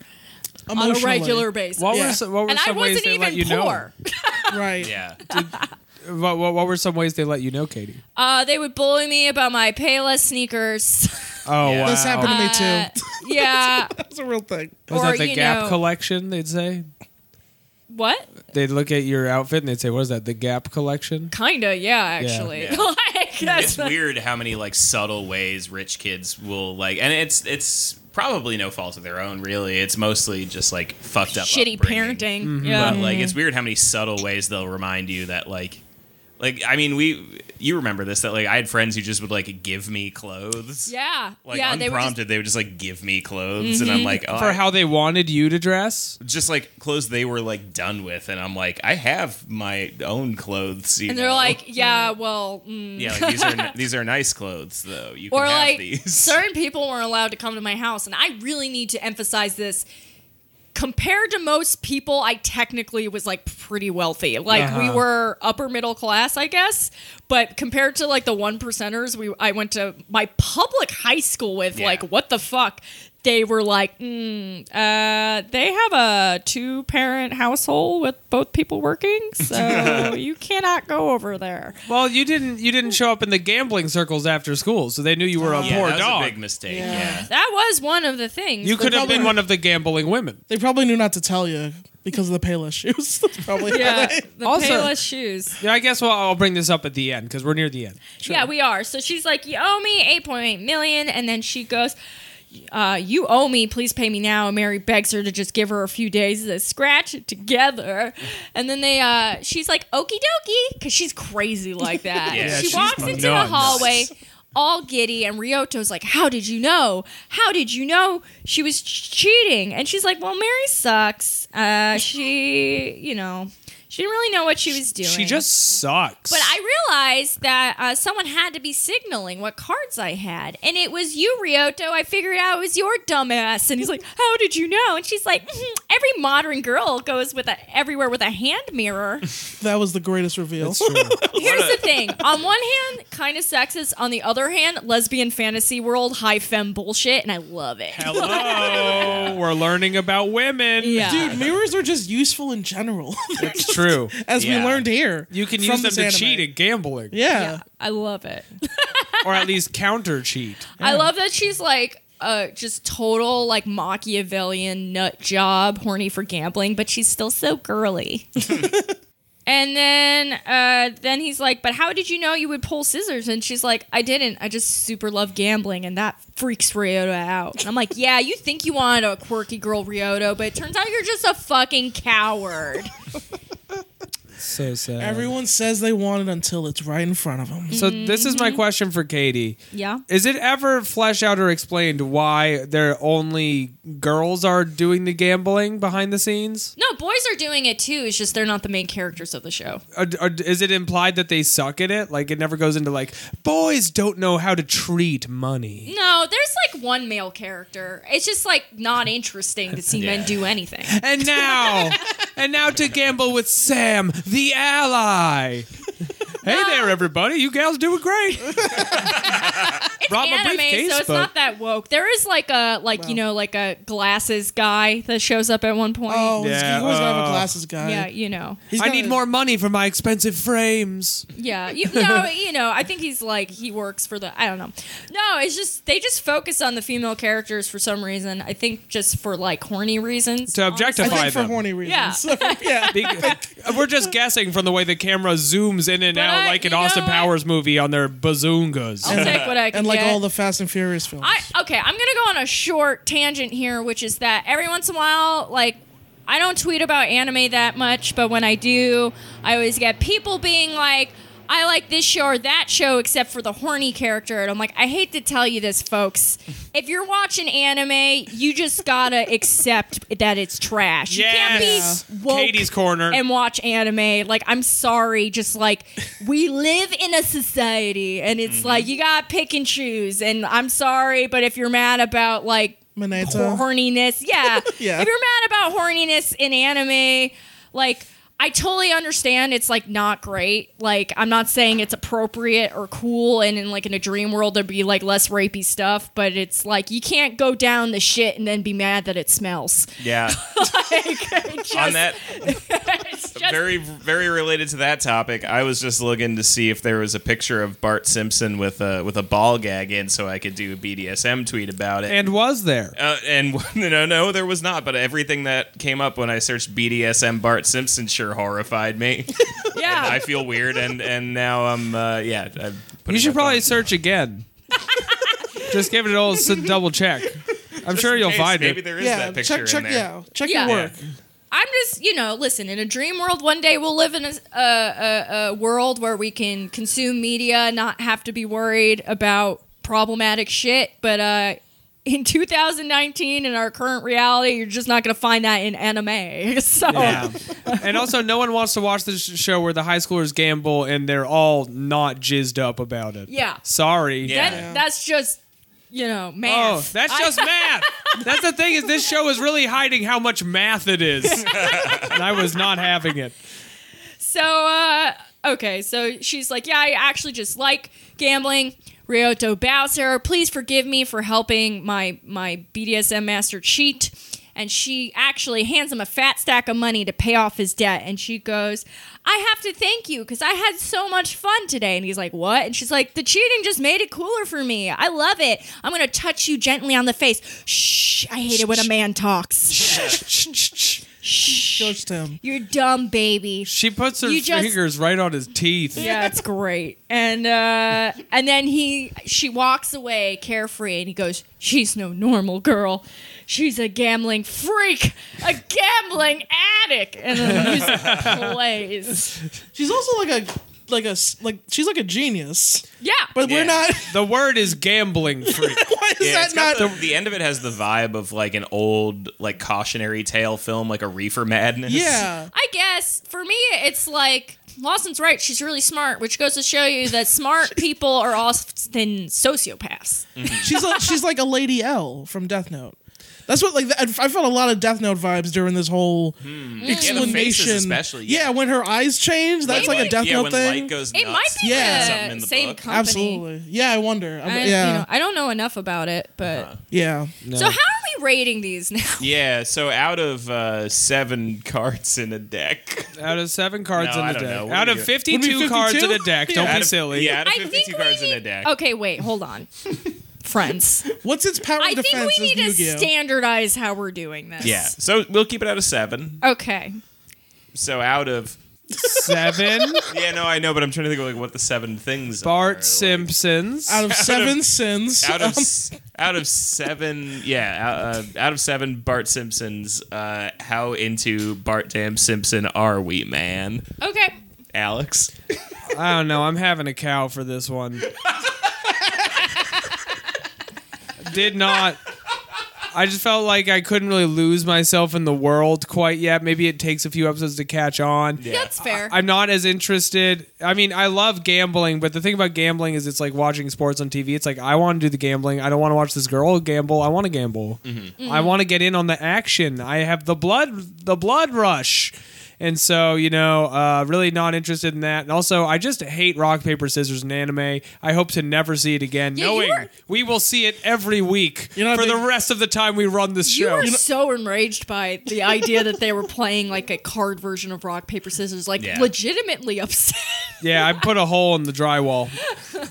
[SPEAKER 3] on a
[SPEAKER 5] Emotionally.
[SPEAKER 3] regular basis.
[SPEAKER 4] what
[SPEAKER 5] Yeah.
[SPEAKER 4] were some, what were
[SPEAKER 3] and I
[SPEAKER 4] some ways
[SPEAKER 3] wasn't
[SPEAKER 4] they
[SPEAKER 3] even
[SPEAKER 4] let you
[SPEAKER 3] poor.
[SPEAKER 5] Right.
[SPEAKER 2] Yeah.
[SPEAKER 4] know? What, what, what were some ways they let you know, Katie?
[SPEAKER 3] Uh, they would bully me about my Payless sneakers.
[SPEAKER 4] Oh,
[SPEAKER 2] Yeah.
[SPEAKER 4] wow.
[SPEAKER 5] This happened to me
[SPEAKER 3] Uh,
[SPEAKER 5] too.
[SPEAKER 3] yeah.
[SPEAKER 5] That's a real thing.
[SPEAKER 4] Was
[SPEAKER 3] or,
[SPEAKER 4] that the
[SPEAKER 3] you
[SPEAKER 4] Gap
[SPEAKER 3] know-
[SPEAKER 4] collection? They'd say
[SPEAKER 3] What?
[SPEAKER 4] they'd look at your outfit and they'd say, "What is that? The Gap collection?"
[SPEAKER 3] Kinda, yeah, actually.
[SPEAKER 2] Yeah.
[SPEAKER 3] like,
[SPEAKER 2] it's
[SPEAKER 3] that's
[SPEAKER 2] weird how many like subtle ways rich kids will like and it's it's probably no fault of their own really it's mostly just like fucked up
[SPEAKER 3] shitty
[SPEAKER 2] upbringing.
[SPEAKER 3] parenting. Mm-hmm.
[SPEAKER 2] but
[SPEAKER 3] Yeah.
[SPEAKER 2] like it's weird how many subtle ways they'll remind you that like like i mean we you remember this that like i had friends who just would like give me clothes
[SPEAKER 3] yeah.
[SPEAKER 2] like
[SPEAKER 3] yeah, they were
[SPEAKER 2] unprompted
[SPEAKER 3] just, Mm-hmm.
[SPEAKER 2] they, would just like give me clothes and i'm like oh,
[SPEAKER 4] for
[SPEAKER 2] I-
[SPEAKER 4] how they wanted you to dress.
[SPEAKER 2] just like clothes they were like done with and i'm like i have my own clothes you
[SPEAKER 3] and they're
[SPEAKER 2] know?
[SPEAKER 3] like, yeah, well, mm.
[SPEAKER 2] yeah like, these are these are nice clothes though you can
[SPEAKER 3] or
[SPEAKER 2] have
[SPEAKER 3] like
[SPEAKER 2] these
[SPEAKER 3] certain people weren't allowed to come to my house, and I really need to emphasize this. Compared to most people, I technically was like pretty wealthy. Like we
[SPEAKER 4] Uh-huh.
[SPEAKER 3] were upper middle class, I guess. But compared to like the one percenters, we I went to my public high school with,
[SPEAKER 2] Yeah.
[SPEAKER 3] like what the fuck. They were like, mm, uh, they have a two parent household with both people working, so you cannot go over there.
[SPEAKER 4] Well, you didn't you didn't show up in the gambling circles after school, so they knew you were a
[SPEAKER 2] Oh, yeah,
[SPEAKER 4] poor
[SPEAKER 2] that was
[SPEAKER 4] dog.
[SPEAKER 2] a big mistake yeah,
[SPEAKER 3] That was one of the things.
[SPEAKER 4] you
[SPEAKER 3] but
[SPEAKER 4] could have
[SPEAKER 5] probably-
[SPEAKER 4] been one of the gambling women.
[SPEAKER 5] They probably knew not to tell you because of the Payless shoes. That's probably
[SPEAKER 3] Yeah, the
[SPEAKER 4] Also-
[SPEAKER 3] Payless shoes.
[SPEAKER 4] Yeah, I guess well, I'll bring this up at the end because we're near the end.
[SPEAKER 3] Yeah, we are. So she's like, "You owe me 8.8 million," and then she goes, uh, "You owe me. Please pay me now." And Mary begs her to just give her a few days to scratch it together. And then they, uh, she's like, "Okie dokie," because she's crazy like that.
[SPEAKER 2] Yeah,
[SPEAKER 3] she
[SPEAKER 4] she's
[SPEAKER 3] walks into
[SPEAKER 4] nuts.
[SPEAKER 3] the hallway. All giddy, and Ryoto's like, How did you know? How did you know she was ch- cheating? And she's like, Well, Mary sucks. Uh, she, you know, she didn't really know what she was doing.
[SPEAKER 4] She just sucks.
[SPEAKER 3] But I realized that uh, someone had to be signaling what cards I had, and it was you, Ryoto. I figured out it was your dumbass. And he's like, "How did you know?" And she's like, "Mhm, "Every modern girl goes with a everywhere with a hand mirror."
[SPEAKER 5] that was the greatest reveal.
[SPEAKER 4] That's true.
[SPEAKER 3] Here's the thing: on one hand, kind of sexist; on the other hand, lesbian fantasy world, high femme bullshit, and I love it.
[SPEAKER 4] Hello, Oh, we're learning about women.
[SPEAKER 3] Yeah.
[SPEAKER 5] Dude, mirrors are just useful in general.
[SPEAKER 4] It's true.
[SPEAKER 5] As we
[SPEAKER 2] Yeah.
[SPEAKER 5] learned here.
[SPEAKER 4] You can
[SPEAKER 5] from
[SPEAKER 4] use them
[SPEAKER 5] this
[SPEAKER 4] to
[SPEAKER 5] anime.
[SPEAKER 4] cheat at gambling,
[SPEAKER 5] Yeah.
[SPEAKER 3] Yeah, I love it.
[SPEAKER 4] or at least counter cheat.
[SPEAKER 3] I love that she's like uh just total like Machiavellian nut job, horny for gambling, but she's still so girly. and then uh then he's like, "But how did you know you would pull scissors?" And she's like, "I didn't. I just super love gambling and that freaks Ryota out." And I'm like, "Yeah, you think you want a quirky girl Ryota, but it turns out you're just a fucking coward."
[SPEAKER 4] So sad.
[SPEAKER 5] Everyone says they want it until it's right in front of them.
[SPEAKER 3] Mm-hmm.
[SPEAKER 4] so this is my question for Katie.
[SPEAKER 3] yeah.
[SPEAKER 4] Is it ever fleshed out or explained why their only girls are doing the gambling behind the scenes?
[SPEAKER 3] No, boys are doing it too. It's just they're not the main characters of the show.
[SPEAKER 4] Or, or is it implied that they suck at it? Like it never goes into like boys don't know how to treat money.
[SPEAKER 3] No, there's like one male character. It's just like not interesting to see men do anything.
[SPEAKER 4] And now, and now to gamble with Sam, the ally. Hey there, everybody. You gals doing great. Brought my
[SPEAKER 3] anime,
[SPEAKER 4] briefcase,
[SPEAKER 3] so it's
[SPEAKER 4] but-
[SPEAKER 3] not that woke. There is like a like you know like a glasses guy that shows up at one point.
[SPEAKER 5] Oh,
[SPEAKER 4] Yeah,
[SPEAKER 5] he's always gonna have
[SPEAKER 4] uh,
[SPEAKER 5] a glasses guy.
[SPEAKER 3] Yeah, you know.
[SPEAKER 5] He's
[SPEAKER 4] I
[SPEAKER 5] gotta-
[SPEAKER 4] need more money for my expensive frames.
[SPEAKER 3] Yeah, you, you know, you know. I think he's like he works for the. I don't know. No, it's just they just focus on the female characters for some reason. I think just for like horny reasons. honestly.
[SPEAKER 4] To
[SPEAKER 5] I
[SPEAKER 4] objectify
[SPEAKER 5] think for
[SPEAKER 4] them.
[SPEAKER 5] horny reasons.
[SPEAKER 3] Yeah.
[SPEAKER 5] So, yeah.
[SPEAKER 4] Be- We're just guessing from the way the camera zooms in and
[SPEAKER 3] But
[SPEAKER 4] out,
[SPEAKER 3] I-
[SPEAKER 4] like an
[SPEAKER 3] you know
[SPEAKER 4] Austin
[SPEAKER 3] what? Oh.
[SPEAKER 4] Powers movie on their bazoongas.
[SPEAKER 3] I'll take what I can
[SPEAKER 5] and like
[SPEAKER 3] get.
[SPEAKER 5] all the Fast and Furious films.
[SPEAKER 3] I okay, I'm gonna go on a short tangent here, which is that every once in a while, like I don't tweet about anime that much, but when I do, I always get people being like, I like this show or that show except for the horny character. And I'm like, I hate to tell you this, folks. If you're watching anime, you just gotta accept that it's trash.
[SPEAKER 4] Yes.
[SPEAKER 3] You can't be woke
[SPEAKER 4] Katie's corner.
[SPEAKER 3] and watch anime. Like, I'm sorry, just like we live in a society, and it's
[SPEAKER 4] Mm-hmm.
[SPEAKER 3] like you gotta pick and choose. And I'm sorry, but if you're mad about like
[SPEAKER 5] Mineta.
[SPEAKER 3] hor- horniness, yeah,
[SPEAKER 5] Uh, Yeah.
[SPEAKER 3] if you're mad about horniness in anime, like. I totally understand it's like not great. Like I'm not saying it's appropriate or cool and in like in a dream world there'd be like less rapey stuff, but it's like you can't go down the shit and then be mad that it smells.
[SPEAKER 2] Yeah.
[SPEAKER 3] Just,
[SPEAKER 2] On that,
[SPEAKER 3] it's just-
[SPEAKER 2] very, very related to that topic, I was just looking to see if there was a picture of Bart Simpson with a with a ball gag in, so I could do a BDSM tweet about it.
[SPEAKER 4] and was there?
[SPEAKER 2] uh, and no, no, there was not. But everything that came up when I searched BDSM Bart Simpson sure horrified me.
[SPEAKER 3] yeah.
[SPEAKER 2] I feel weird, and and now I'm uh, yeah. I'm
[SPEAKER 4] You
[SPEAKER 2] putting
[SPEAKER 4] should
[SPEAKER 2] my
[SPEAKER 4] probably
[SPEAKER 2] thumb-
[SPEAKER 4] search again. just give it an old s- double check. I'm sure
[SPEAKER 2] in
[SPEAKER 4] you'll
[SPEAKER 2] case,
[SPEAKER 4] find
[SPEAKER 2] maybe
[SPEAKER 4] it.
[SPEAKER 2] there is
[SPEAKER 5] yeah,
[SPEAKER 2] that picture
[SPEAKER 5] check check
[SPEAKER 2] in there.
[SPEAKER 5] yeah, check
[SPEAKER 3] Yeah.
[SPEAKER 5] your work.
[SPEAKER 3] I'm just, you know, listen, in a dream world, one day we'll live in a, a, a, a world where we can consume media, not have to be worried about problematic shit. But uh, in 2019, in our current reality, you're just not going to find that in anime. So,
[SPEAKER 4] Yeah. and also, no one wants to watch this sh- show where the high schoolers gamble and they're all not jizzed up about it.
[SPEAKER 3] Yeah.
[SPEAKER 4] Sorry.
[SPEAKER 2] Yeah.
[SPEAKER 3] that, that's just, you know,
[SPEAKER 4] Oh,
[SPEAKER 3] math.
[SPEAKER 4] that's
[SPEAKER 3] I-
[SPEAKER 4] just math. That's the thing is this show is really hiding how much math it is. and I was not having it.
[SPEAKER 3] So, uh, okay, so she's like, Yeah, I actually just like gambling. Ryoto Bowser, please forgive me for helping my, my BDSM master cheat. And she actually hands him a fat stack of money to pay off his debt. And she goes, I have to thank you because I had so much fun today. And he's like, What? And she's like, The cheating just made it cooler for me. I love it. I'm going to touch you gently on the face. Shh, I hate it when a man talks.
[SPEAKER 5] Judged him.
[SPEAKER 3] You're dumb, baby.
[SPEAKER 4] She puts her
[SPEAKER 3] You just-
[SPEAKER 4] fingers right on his teeth.
[SPEAKER 3] yeah, it's great. And uh, and then he she walks away carefree, and he goes, "She's no normal girl. She's a gambling freak, a gambling addict." And then the music plays.
[SPEAKER 5] She's also like a like a s- like she's like a genius.
[SPEAKER 3] Yeah,
[SPEAKER 5] But
[SPEAKER 2] Yeah.
[SPEAKER 5] we're not
[SPEAKER 4] The word is gambling freak.
[SPEAKER 5] why is
[SPEAKER 2] Yeah,
[SPEAKER 5] that
[SPEAKER 2] it's
[SPEAKER 5] not
[SPEAKER 2] got the, the end of it has the vibe of like an old like cautionary tale film, like a reefer madness.
[SPEAKER 5] Yeah.
[SPEAKER 3] I guess for me, it's like. Lawson's right. She's really smart, which goes to show you that smart people are often sociopaths.
[SPEAKER 5] She's like she's like a Lady L from Death Note. That's what like I I felt a lot of Death Note vibes during this whole
[SPEAKER 2] Yeah, the faces
[SPEAKER 5] Hmm. explanation.
[SPEAKER 2] especially. Yeah.
[SPEAKER 5] when her eyes change, that's like a
[SPEAKER 3] Maybe-
[SPEAKER 5] Death
[SPEAKER 2] Yeah,
[SPEAKER 5] Note
[SPEAKER 2] when
[SPEAKER 5] thing.
[SPEAKER 2] light goes
[SPEAKER 3] It
[SPEAKER 2] nuts,
[SPEAKER 3] might be
[SPEAKER 5] Yeah.
[SPEAKER 3] the
[SPEAKER 2] something in the
[SPEAKER 3] same
[SPEAKER 2] book.
[SPEAKER 3] company.
[SPEAKER 5] Absolutely. Yeah, I wonder. I'm-
[SPEAKER 3] I,
[SPEAKER 5] yeah.
[SPEAKER 3] you know, I don't know enough about it, but
[SPEAKER 2] Uh-huh.
[SPEAKER 5] yeah.
[SPEAKER 3] so how are we rating these now?
[SPEAKER 2] Yeah, so out of uh, seven cards in a deck,
[SPEAKER 4] Out of seven cards
[SPEAKER 2] No,
[SPEAKER 4] in
[SPEAKER 2] I
[SPEAKER 4] the
[SPEAKER 2] don't
[SPEAKER 4] deck.
[SPEAKER 2] know. What
[SPEAKER 4] Out
[SPEAKER 2] are
[SPEAKER 4] of
[SPEAKER 2] you-
[SPEAKER 4] 52,
[SPEAKER 5] Would be
[SPEAKER 4] cards in a
[SPEAKER 5] 52?
[SPEAKER 4] deck. Don't
[SPEAKER 2] out
[SPEAKER 4] be
[SPEAKER 2] of-
[SPEAKER 4] silly.
[SPEAKER 2] yeah, out of
[SPEAKER 3] I think
[SPEAKER 2] fifty-two
[SPEAKER 3] we Oh,
[SPEAKER 2] cards in
[SPEAKER 3] need-
[SPEAKER 2] a deck.
[SPEAKER 3] Okay, wait, hold on. Friends.
[SPEAKER 5] What's its power
[SPEAKER 3] I think
[SPEAKER 5] defense
[SPEAKER 3] we need to
[SPEAKER 5] is Yu-Gi-Oh?
[SPEAKER 3] standardize how we're doing this.
[SPEAKER 2] Yeah, so we'll keep it out of seven.
[SPEAKER 3] Okay.
[SPEAKER 2] So out of
[SPEAKER 4] Seven
[SPEAKER 2] yeah, no, I know, but I'm trying to think of like what the seven things are.
[SPEAKER 4] Bart
[SPEAKER 2] like,
[SPEAKER 4] Simpsons.
[SPEAKER 5] out of seven sins.
[SPEAKER 2] out of s out of seven, yeah, uh, uh, out of seven Bart Simpsons. Uh, how into Bart Damn Simpson are we, man?
[SPEAKER 3] Okay.
[SPEAKER 2] Alex,
[SPEAKER 4] I don't know. I'm having a cow for this one. Did not. I just felt like I couldn't really lose myself in the world quite yet. Maybe it takes a few episodes to catch on.
[SPEAKER 3] That's fair.
[SPEAKER 4] I'm not as interested. I mean, I love gambling, but the thing about gambling is it's like watching sports on TV. It's like I want to do the gambling. I don't want to watch this girl gamble. I want to
[SPEAKER 3] Mm-hmm.
[SPEAKER 4] gamble. I want to get in on the action. I have the blood, the blood rush, And so, you know, uh, really not interested in that. And also, I just hate rock, paper, scissors in anime. I hope to never see it again,
[SPEAKER 3] Yeah, you
[SPEAKER 4] knowing
[SPEAKER 3] were-
[SPEAKER 4] we will see it every week
[SPEAKER 5] You know,
[SPEAKER 4] for
[SPEAKER 5] they-
[SPEAKER 4] the rest of the time we run this
[SPEAKER 3] You
[SPEAKER 4] show.
[SPEAKER 3] were so enraged by the idea that they were playing like a card version of rock paper scissors, like
[SPEAKER 2] Yeah.
[SPEAKER 3] legitimately upset.
[SPEAKER 4] yeah, I put a hole in the drywall.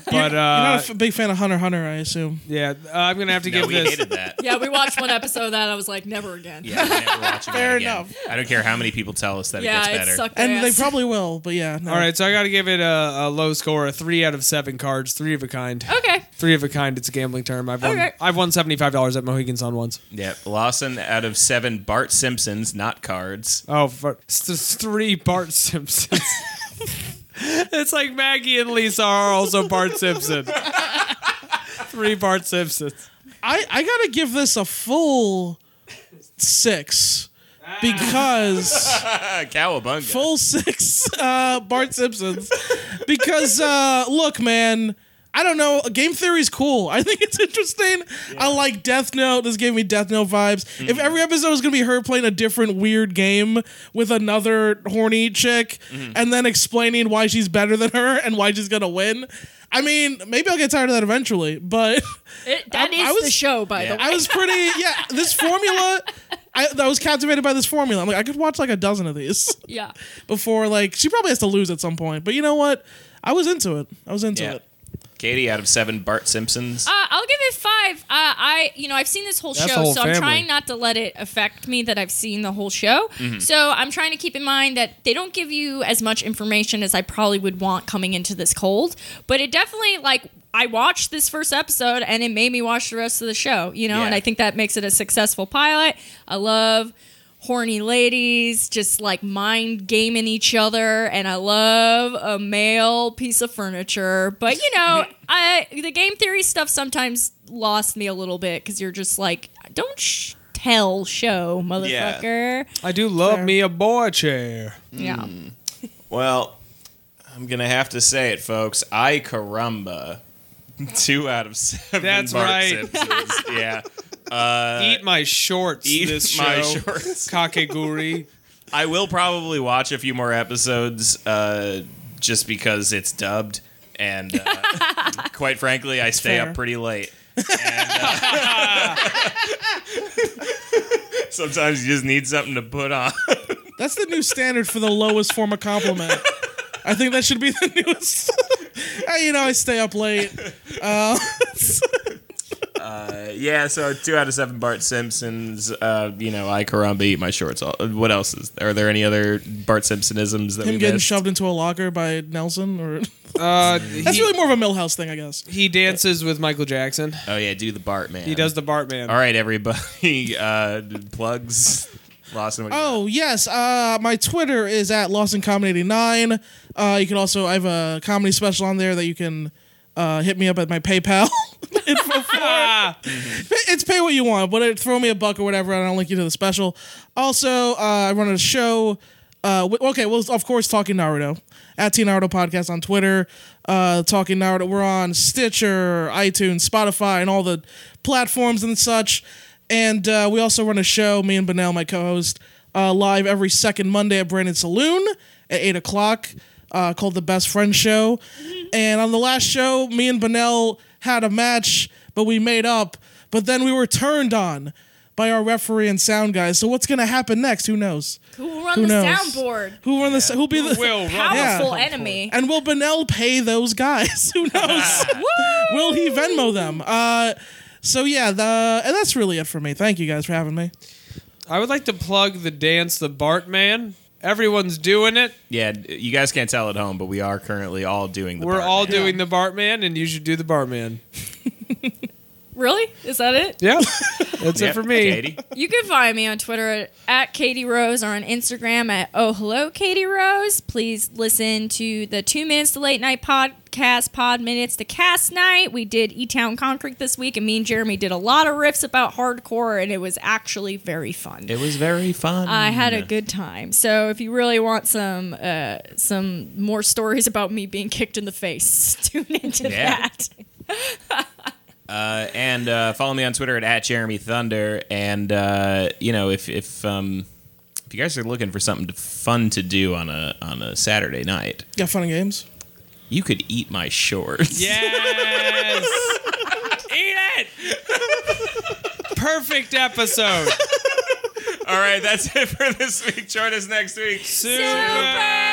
[SPEAKER 4] But,
[SPEAKER 5] You're not a
[SPEAKER 4] uh,
[SPEAKER 5] f- big fan of Hunter x Hunter, I assume.
[SPEAKER 4] yeah, uh, I'm going to have to
[SPEAKER 2] No,
[SPEAKER 4] give
[SPEAKER 2] we
[SPEAKER 4] this.
[SPEAKER 2] hated that.
[SPEAKER 3] yeah, we watched one episode of that. I was like, never again.
[SPEAKER 2] Yeah, we're never watching
[SPEAKER 5] Fair
[SPEAKER 2] that again.
[SPEAKER 5] enough.
[SPEAKER 2] I don't care how many people tell us that
[SPEAKER 3] Yeah,
[SPEAKER 2] it
[SPEAKER 3] it
[SPEAKER 2] gets better.
[SPEAKER 3] sucked.
[SPEAKER 5] And
[SPEAKER 3] ass.
[SPEAKER 5] they probably will, but yeah. No.
[SPEAKER 4] All right, so I got to give it a, a low score, a three out of seven cards, three of a kind.
[SPEAKER 3] Okay.
[SPEAKER 4] Three of a kind. It's a gambling term. I've won.
[SPEAKER 3] Okay.
[SPEAKER 4] I've won seventy five dollars at Mohegan Sun once.
[SPEAKER 2] Yep. Lawson out of seven Bart Simpsons, not cards.
[SPEAKER 4] Oh, for, it's just three Bart Simpsons. it's like Maggie and Lisa are also Bart Simpson. three Bart Simpsons.
[SPEAKER 5] I, I gotta give this a full six because
[SPEAKER 2] Ah, cowabunga.
[SPEAKER 5] full six uh, Bart Simpsons because uh, look man I don't know game theory's cool I think it's interesting I like Death Note this gave me Death Note vibes if
[SPEAKER 4] Mm-hmm.
[SPEAKER 5] every episode was gonna be her playing a different weird game with another horny chick
[SPEAKER 4] Mm-hmm.
[SPEAKER 5] and then explaining why she's better than her and why she's gonna win I mean maybe I'll get tired of that eventually but.
[SPEAKER 3] It, that
[SPEAKER 5] I-
[SPEAKER 3] is
[SPEAKER 5] I was-
[SPEAKER 3] the show, by the way.
[SPEAKER 2] Yeah.
[SPEAKER 5] I was pretty yeah. This formula, I, I was captivated by this formula. I'm like, I could watch like a dozen of these
[SPEAKER 3] Yeah.
[SPEAKER 5] before like she probably has to lose at some point. But you know what? I was into it. I was into
[SPEAKER 2] Yeah.
[SPEAKER 5] it.
[SPEAKER 2] Katie out of seven Bart Simpsons.
[SPEAKER 3] Uh, I'll give it five. Uh, I, you know, I've seen this whole
[SPEAKER 4] That's
[SPEAKER 3] show,
[SPEAKER 4] the whole
[SPEAKER 3] so
[SPEAKER 4] family.
[SPEAKER 3] I'm trying not to let it affect me that I've seen the whole show.
[SPEAKER 4] Mm-hmm.
[SPEAKER 3] So I'm trying to keep in mind that they don't give you as much information as I probably would want coming into this cold. But it definitely like I watched this first episode and it made me watch the rest of the show. You know,
[SPEAKER 2] Yeah.
[SPEAKER 3] and I think that makes it a successful pilot. I love horny ladies just like mind gaming each other and i love a male piece of furniture but you know i the game theory stuff sometimes lost me a little bit because you're just like don't sh- tell show motherfucker
[SPEAKER 4] I do love
[SPEAKER 5] Fair.
[SPEAKER 4] me a boy chair.
[SPEAKER 3] yeah Hmm.
[SPEAKER 2] Well, I'm gonna have to say it, folks. I caramba. Two out of seven.
[SPEAKER 4] That's
[SPEAKER 2] Bart
[SPEAKER 4] right.
[SPEAKER 2] Simpsons. Yeah.
[SPEAKER 4] eat my shorts.
[SPEAKER 2] Uh, eat
[SPEAKER 4] this
[SPEAKER 2] my
[SPEAKER 4] show.
[SPEAKER 2] shorts.
[SPEAKER 4] Kakeguri.
[SPEAKER 2] I will probably watch a few more episodes uh, just because it's dubbed, and uh, quite frankly, I stay
[SPEAKER 5] fair.
[SPEAKER 2] up pretty late. And, uh, sometimes you just need something to put on.
[SPEAKER 5] That's the new standard for the lowest form of compliment. I think that should be the newest. Hey, you know, I stay up late. Uh,
[SPEAKER 2] yeah, so two out of seven Bart Simpsons. Uh, you know, I caramba eat my shorts. All- What else is? Are there any other Bart Simpsonisms that we
[SPEAKER 5] him getting
[SPEAKER 2] missed?
[SPEAKER 5] shoved into a locker by Nelson, or
[SPEAKER 4] Uh,
[SPEAKER 5] that's
[SPEAKER 4] he,
[SPEAKER 5] really more of a Millhouse thing, I guess.
[SPEAKER 4] he dances with Michael Jackson.
[SPEAKER 2] oh yeah, do the Bart man.
[SPEAKER 4] He does the Bartman.
[SPEAKER 2] All right, everybody. Uh, plugs. Lawson. What do you got?
[SPEAKER 5] Oh yes, uh, my Twitter is at Lawson Comedy eighty nine. Uh, you can also I have a comedy special on there that you can uh, hit me up at my PayPal. Info for- it's pay what you want, but it, throw me a buck or whatever, and I'll link you to the special. Also, uh, I run a show. Uh, wi- okay, well, of course, talking Naruto at T Naruto Podcast on Twitter. Uh, talking Naruto, we're on Stitcher, iTunes, Spotify, and all the platforms and such. And uh, we also run a show, me and Benel, my co-host, uh, live every second Monday at Brandon Saloon at eight o'clock, uh, called the Best Friend Show. And on the last show, me and Benel had a match, but we made up. But then we were turned on by our referee and sound guys. So what's gonna happen next? Who knows?
[SPEAKER 3] who will run
[SPEAKER 5] Who
[SPEAKER 3] the
[SPEAKER 5] knows?
[SPEAKER 3] soundboard
[SPEAKER 5] Who will the? Who'll be the?
[SPEAKER 4] Will Run-
[SPEAKER 3] powerful enemy
[SPEAKER 5] And will Benel pay those guys? Who knows? will he Venmo them? Uh, so yeah, the and that's really it for me. Thank you guys for having me.
[SPEAKER 4] I would like to plug the dance, the Bartman. Everyone's doing it.
[SPEAKER 2] Yeah, you guys can't tell at home, but we are currently all doing the
[SPEAKER 4] We're
[SPEAKER 2] Bart
[SPEAKER 4] all
[SPEAKER 2] Man.
[SPEAKER 4] doing the Bartman, and you should do the Bartman.
[SPEAKER 3] really is that it
[SPEAKER 4] Yeah, that's
[SPEAKER 2] Yep,
[SPEAKER 4] it for me.
[SPEAKER 2] Katie.
[SPEAKER 3] You can find me on Twitter at, at Katie Rose or on Instagram at Oh Hello Katie Rose. Please listen to the Two Minutes to Late Night podcast, Pod Minutes to Cast Night. We did E Town Concrete this week, and me and Jeremy did a lot of riffs about hardcore, and it was actually very fun.
[SPEAKER 2] It was very fun.
[SPEAKER 3] I had a good time. So if you really want some uh, some more stories about me being kicked in the face, tune into
[SPEAKER 2] Yeah.
[SPEAKER 3] that.
[SPEAKER 2] Uh, and uh, follow me on Twitter at, at Jeremy Thunder. And uh, you know, if if um, if if you guys are looking for something to, fun to do on a on a Saturday night,
[SPEAKER 5] Got fun and games.
[SPEAKER 2] you could eat my shorts.
[SPEAKER 4] Yes. Eat it. Perfect episode.
[SPEAKER 2] All right, that's it for this week. Join us next week.
[SPEAKER 4] Super.